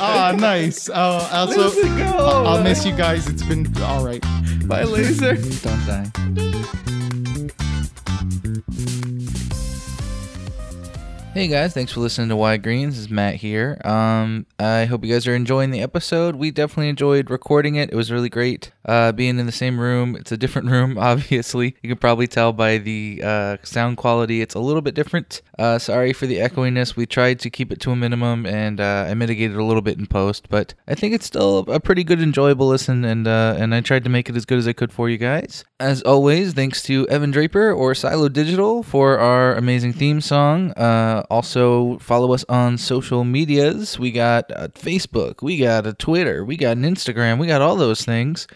Speaker 1: oh, nice. Oh, also,
Speaker 3: Let's go.
Speaker 1: I'll miss you guys. It's been all right.
Speaker 3: Bye, laser.
Speaker 2: break. Don't die. Hey guys, thanks for listening to Wide Greens. This is Matt here. Um, I hope you guys are enjoying the episode. We definitely enjoyed recording it. It was really great uh, being in the same room. It's a different room, obviously. You can probably tell by the uh, sound quality. It's a little bit different. Uh, sorry for the echoiness. We tried to keep it to a minimum, and uh, I mitigated a little bit in post, but I think it's still a pretty good, enjoyable listen. And uh, and I tried to make it as good as I could for you guys. As always, thanks to Evan Draper or Silo Digital for our amazing theme song. Uh, also, follow us on social medias. We got a Facebook, we got a Twitter, we got an Instagram, we got all those things.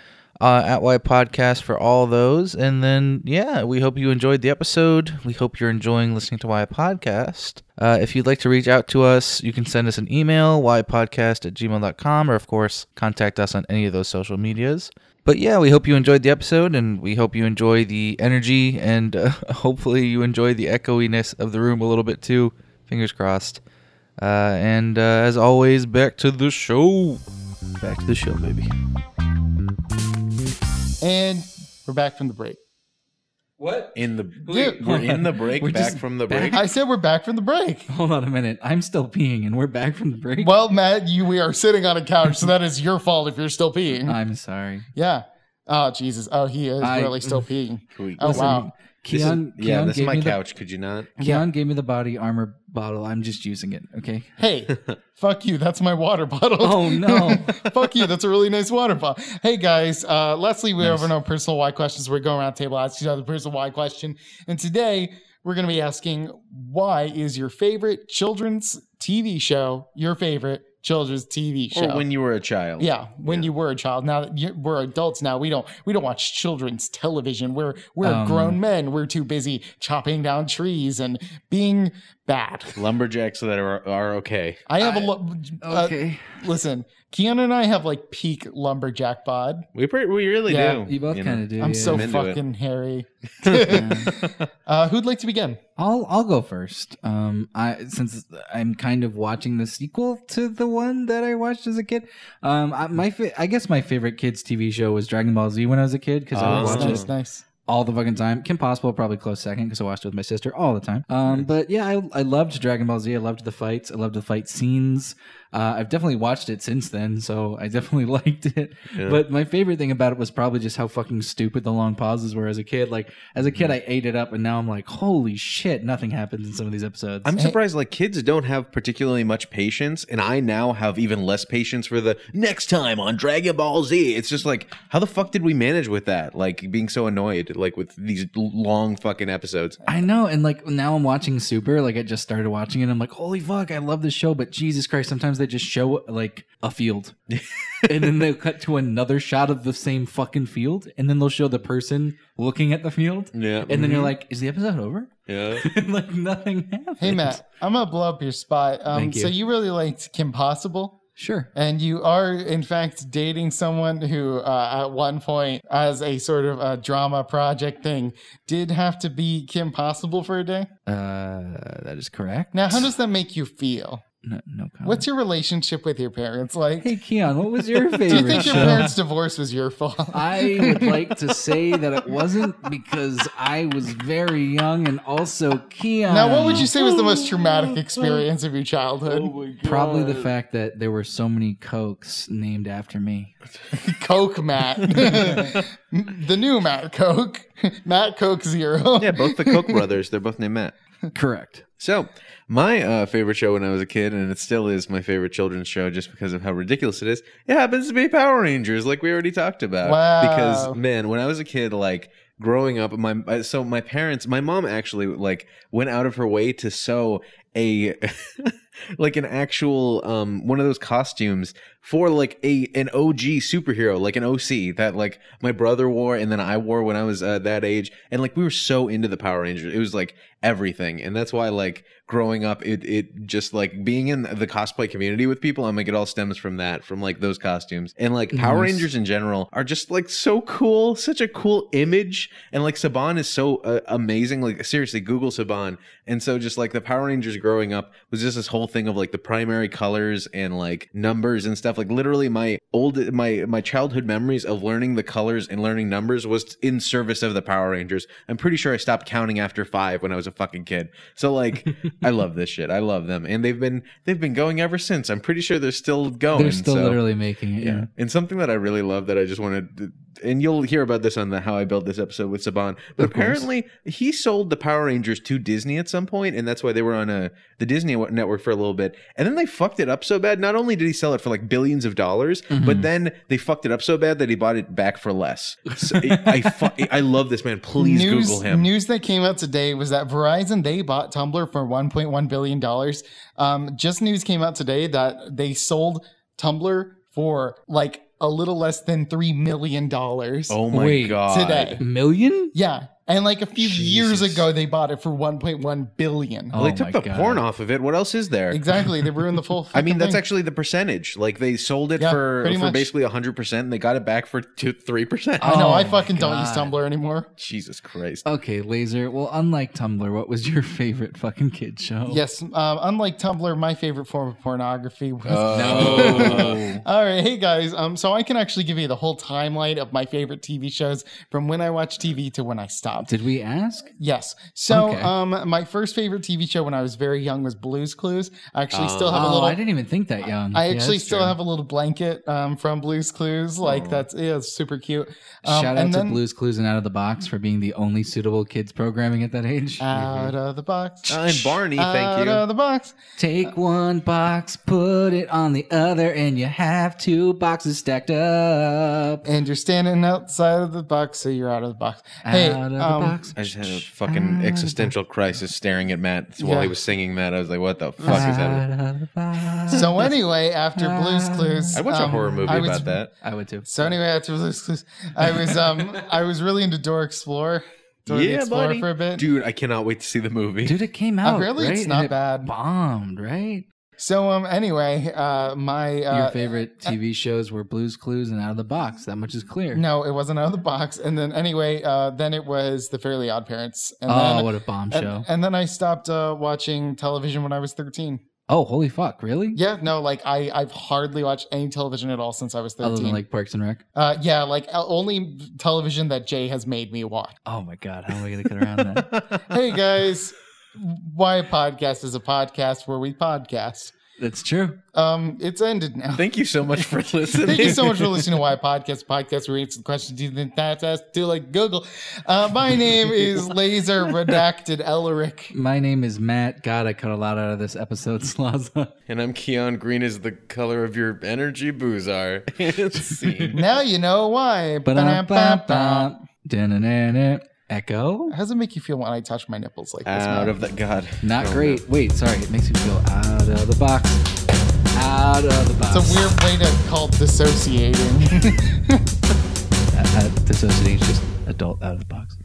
Speaker 2: Uh, at Y Podcast for all those. And then, yeah, we hope you enjoyed the episode. We hope you're enjoying listening to Y Podcast. Uh, if you'd like to reach out to us, you can send us an email, ypodcast at gmail.com, or of course, contact us on any of those social medias. But yeah, we hope you enjoyed the episode and we hope you enjoy the energy and uh, hopefully you enjoy the echoiness of the room a little bit too. Fingers crossed. Uh, and uh, as always, back to the show. Back to the show, baby.
Speaker 1: And we're back from the break.
Speaker 2: What?
Speaker 3: In the
Speaker 1: Dude,
Speaker 3: we're in the break,
Speaker 2: We're
Speaker 3: back
Speaker 2: just
Speaker 3: from the break.
Speaker 1: I said we're back from the break.
Speaker 2: Hold on a minute. I'm still peeing and we're back from the break.
Speaker 1: Well, Matt, you we are sitting on a couch, so that is your fault if you're still peeing.
Speaker 2: I'm sorry.
Speaker 1: Yeah. Oh Jesus. Oh, he is
Speaker 2: I-
Speaker 1: really still peeing.
Speaker 3: Sweet.
Speaker 1: Oh wow.
Speaker 3: This is-
Speaker 2: Keon,
Speaker 3: yeah,
Speaker 2: Keon
Speaker 3: this is
Speaker 2: gave
Speaker 3: my
Speaker 2: me the-
Speaker 3: couch. Could you not?
Speaker 2: Keon gave me the body armor bottle. I'm just using it. Okay.
Speaker 1: Hey, fuck you. That's my water bottle.
Speaker 2: Oh, no.
Speaker 1: fuck you. That's a really nice water bottle. Hey guys, uh, Leslie, we're over on our personal why questions. We're going around the table asking each other the personal why question, and today we're going to be asking why is your favorite children's TV show your favorite children's TV show?
Speaker 3: Or when you were a child?
Speaker 1: yeah, when you were a child. Now that you, we're adults, now we don't we don't watch children's television. We're we're
Speaker 2: Um,
Speaker 1: grown men. We're too busy chopping down trees and being bad.
Speaker 3: Lumberjacks that are are okay.
Speaker 1: I have a lo- uh,
Speaker 2: Okay.
Speaker 1: Listen, Keanu and I have like peak lumberjack bod.
Speaker 3: We pre- we really
Speaker 1: Yeah,
Speaker 3: do.
Speaker 2: you both kind of do.
Speaker 1: I'm
Speaker 2: yeah.
Speaker 1: so
Speaker 3: I'm into it.
Speaker 1: fucking hairy.
Speaker 2: Yeah.
Speaker 1: uh, who'd like to begin?
Speaker 2: I'll I'll go first. Um, I since I'm kind of watching the sequel to the one that I watched as a kid. Um, I, my fa- I guess my favorite kids TV show was Dragon Ball Z when I was a kid because I would
Speaker 3: Oh.
Speaker 1: Nice,
Speaker 2: watch it
Speaker 1: nice, nice.
Speaker 2: all the fucking time. Kim Possible probably close second because I watched it with my sister all the time. Um, but yeah, I, I loved Dragon Ball Z. I loved the fights. I loved the fight scenes. Uh, I've definitely watched it since then, so I definitely liked it.
Speaker 3: Yeah.
Speaker 2: But my favorite thing about it was probably just how fucking stupid the long pauses were as a kid. Like as a kid, I ate it up, and now I'm like, holy shit, nothing happens in some of these episodes.
Speaker 3: I'm surprised like kids don't have particularly much patience, and I now have even less patience for the next time on Dragon Ball Z. It's just like, how the fuck did we manage with that? Like being so annoyed, like with these l- long fucking episodes.
Speaker 2: I know, and like now I'm watching Super. Like I just started watching it. I'm like, holy fuck, I love this show. But Jesus Christ, sometimes they just show like a field, and then they'll cut to another shot of the same fucking field, and then they'll show the person looking at the field,
Speaker 3: Yeah.
Speaker 2: and
Speaker 3: mm-hmm.
Speaker 2: then
Speaker 1: Mm-hmm.
Speaker 2: you're like, is the episode over?
Speaker 3: Yeah.
Speaker 2: like nothing happened.
Speaker 1: Hey Matt, I'm gonna blow up your spot. Um,
Speaker 2: Thank you.
Speaker 1: So you really liked Kim Possible,
Speaker 2: Sure.
Speaker 1: and you are in fact dating someone who, uh, at one point, as a sort of a drama project thing, did have to be Kim Possible for a day.
Speaker 2: Uh, that is correct.
Speaker 1: Now, how does that make you feel?
Speaker 2: no, no comment.
Speaker 1: What's your relationship with your parents like?
Speaker 2: Hey Keon, what was
Speaker 1: Do
Speaker 2: your
Speaker 1: you
Speaker 2: favorite
Speaker 1: think your
Speaker 2: show?
Speaker 1: parents' divorce was your fault?
Speaker 2: I would like to say that it wasn't because I was very young and also Keon.
Speaker 1: Now, what would you say was the most traumatic experience of your childhood?
Speaker 2: Probably the fact that there were so many Cokes named after me.
Speaker 1: Coke Matt. the new Matt Coke. Matt Coke Zero.
Speaker 3: yeah, both the Koch brothers, they're both named Matt.
Speaker 2: Correct.
Speaker 3: So, my uh, favorite show when I was a kid, and it still is my favorite children's show just because of how ridiculous it is, it happens to be Power Rangers, like we already talked about.
Speaker 1: Wow.
Speaker 3: Because, man, when I was a kid, like, growing up my uh, so my parents my mom actually like went out of her way to sew a like an actual um one of those costumes for like a an OG superhero like an OC that like my brother wore and then I wore when I was uh, that age and like we were so into the Power Rangers it was like everything and that's why like growing up it it just like being in the cosplay community with people I'm like it all stems from that from like those costumes and like Power
Speaker 2: Nice.
Speaker 3: Rangers in general are just like so cool such a cool image and like Saban is so uh, amazing like seriously Google Saban and so just like the Power Rangers growing up was just this whole thing of like the primary colors and like numbers and stuff. Like literally my old my my childhood memories of learning the colors and learning numbers was in service of the Power Rangers. I'm pretty sure I stopped counting after 5 when I was a fucking kid. So like, I love this shit. I love them, and they've been they've been going ever since. I'm pretty sure they're still
Speaker 1: Oh,
Speaker 3: going.
Speaker 2: They're still
Speaker 3: so-
Speaker 2: literally making it. Yeah.
Speaker 3: yeah. And something that I really love that I just wanted, and you'll hear about this on the How I Built This episode with Saban. But
Speaker 2: Of course.
Speaker 3: apparently, he sold the Power Rangers to Disney at some point, and that's why they were on a, the Disney network for a little bit. And then they fucked it up so bad. Not only did he sell it for like billions of dollars,
Speaker 2: Mm-hmm.
Speaker 3: but then they fucked it up so bad that he bought it back for less. So I, I, fu- I love this man. Please
Speaker 1: news,
Speaker 3: Google him.
Speaker 1: News that came out today was that Verizon they bought Tumblr for 1.1 billion dollars. Um, just news came out today that they sold Tumblr for like a little less than three million dollars
Speaker 3: oh my
Speaker 2: Wait.
Speaker 3: god!
Speaker 1: today.
Speaker 2: Million?
Speaker 1: Yeah, and like a few years
Speaker 3: Jesus.
Speaker 1: ago they bought it for 1.1 billion.
Speaker 2: Oh
Speaker 3: Well, they
Speaker 2: my
Speaker 3: took the
Speaker 2: God.
Speaker 3: porn off of it. What else is there?
Speaker 1: Exactly, they ruined the full.
Speaker 3: I mean,
Speaker 1: fucking
Speaker 3: that's
Speaker 1: thing.
Speaker 3: actually the percentage. Like they sold it
Speaker 1: Yeah,
Speaker 3: for
Speaker 1: pretty
Speaker 3: for
Speaker 1: much. Uh,
Speaker 3: basically hundred percent, and they got it back for two three percent.
Speaker 1: I know.
Speaker 2: Oh
Speaker 1: I
Speaker 2: my
Speaker 1: fucking don't use
Speaker 2: God.
Speaker 1: Tumblr anymore.
Speaker 3: Jesus
Speaker 1: uh,
Speaker 3: Christ!
Speaker 2: Okay, Laser. Well, unlike Tumblr, what was your favorite fucking kid show?
Speaker 1: Yes, um, unlike Tumblr, my favorite form of pornography was
Speaker 3: Oh.
Speaker 2: No.
Speaker 1: All right, hey guys. Um, so I can actually give you the whole timeline of my favorite TV shows from when I watched TV to when I stopped.
Speaker 2: Did we ask?
Speaker 1: Yes. So,
Speaker 2: Okay.
Speaker 1: um, my first favorite TV show when I was very young was Blue's Clues. I actually still have a
Speaker 2: Oh,
Speaker 1: little.
Speaker 2: I didn't even think that young.
Speaker 1: I
Speaker 2: Yeah,
Speaker 1: actually
Speaker 2: that's
Speaker 1: still
Speaker 2: true.
Speaker 1: have a little blanket um, from Blue's Clues.
Speaker 3: Oh.
Speaker 1: Like that's yeah, it's super cute. Um,
Speaker 2: Shout out
Speaker 1: and
Speaker 2: to
Speaker 1: then-
Speaker 2: Blues Clues and Out of the Box for being the only suitable kids programming at that age.
Speaker 1: Out of the box.
Speaker 3: Uh, and Barney,
Speaker 1: out
Speaker 3: thank
Speaker 1: of
Speaker 3: you.
Speaker 1: the box.
Speaker 2: Take one box, put it on the other, and you have two boxes stacked up.
Speaker 1: And you're standing outside of the box, so you're out of the box. hey,
Speaker 2: out of the
Speaker 1: um,
Speaker 2: box.
Speaker 3: I just had a fucking existential crisis staring at Matt while
Speaker 1: Yeah.
Speaker 3: he was singing that. I was like, "What the fuck is
Speaker 2: Out
Speaker 3: that?"
Speaker 2: of the box.
Speaker 1: So anyway, after Blue's Clues,
Speaker 3: I watched a
Speaker 1: um,
Speaker 3: horror movie
Speaker 1: I was
Speaker 3: about that.
Speaker 2: I would too.
Speaker 1: So anyway, after Blue's Clues, I was um I was really into Door Explorer. Door the
Speaker 3: Yeah,
Speaker 1: Explorer
Speaker 3: buddy.
Speaker 1: for a bit.
Speaker 3: Dude, I cannot wait to see the movie.
Speaker 2: Dude, it came out.
Speaker 1: Apparently,
Speaker 2: right?
Speaker 1: oh, it's
Speaker 2: And
Speaker 1: not
Speaker 2: it
Speaker 1: bad.
Speaker 2: Bombed, right?
Speaker 1: So um anyway, uh my
Speaker 2: Your
Speaker 1: uh,
Speaker 2: favorite TV shows were Blues Clues and Out of the Box. That much is clear.
Speaker 1: no, it wasn't out of the box. And then anyway, uh then it was The Fairly Odd Parents. And
Speaker 2: oh,
Speaker 1: then
Speaker 2: what a bomb
Speaker 1: and,
Speaker 2: show!
Speaker 1: and then I stopped uh watching television when I was 13.
Speaker 2: oh, holy fuck! Really?
Speaker 1: Yeah, no, like I I've hardly watched any television at all since I was 13.
Speaker 2: Other than like Parks and Rec.
Speaker 1: uh yeah, like uh, only television that Jay has made me watch.
Speaker 2: Oh my god, how am I gonna get around that?
Speaker 1: hey guys, why a podcast is a podcast where we podcast.
Speaker 2: That's true.
Speaker 1: Um, it's ended now.
Speaker 3: Thank you so much for listening.
Speaker 1: Thank you so much for listening to Why a Podcast, a podcast where we answer the questions you didn't ask, do like Google. Uh, my name is Laser Redacted Ellerick.
Speaker 2: My name is Matt. God, I cut a lot out of this episode, Slaza.
Speaker 3: And I'm Keon Green. Is the color of your energy booze are? Scene.
Speaker 1: Now you know why. Ba-dum-bum-bum.
Speaker 2: Ba-dum-bum-bum. Da-na-na-na. Echo?
Speaker 1: How does it make you feel when I touch my nipples like this?
Speaker 3: Out
Speaker 1: man?
Speaker 3: of the god. Oh,
Speaker 2: Not great. Wait, sorry. It makes me go out of the box. Out of the box.
Speaker 1: It's a weird way to call dissociating.
Speaker 2: Uh, uh, dissociating is just adult out of the box.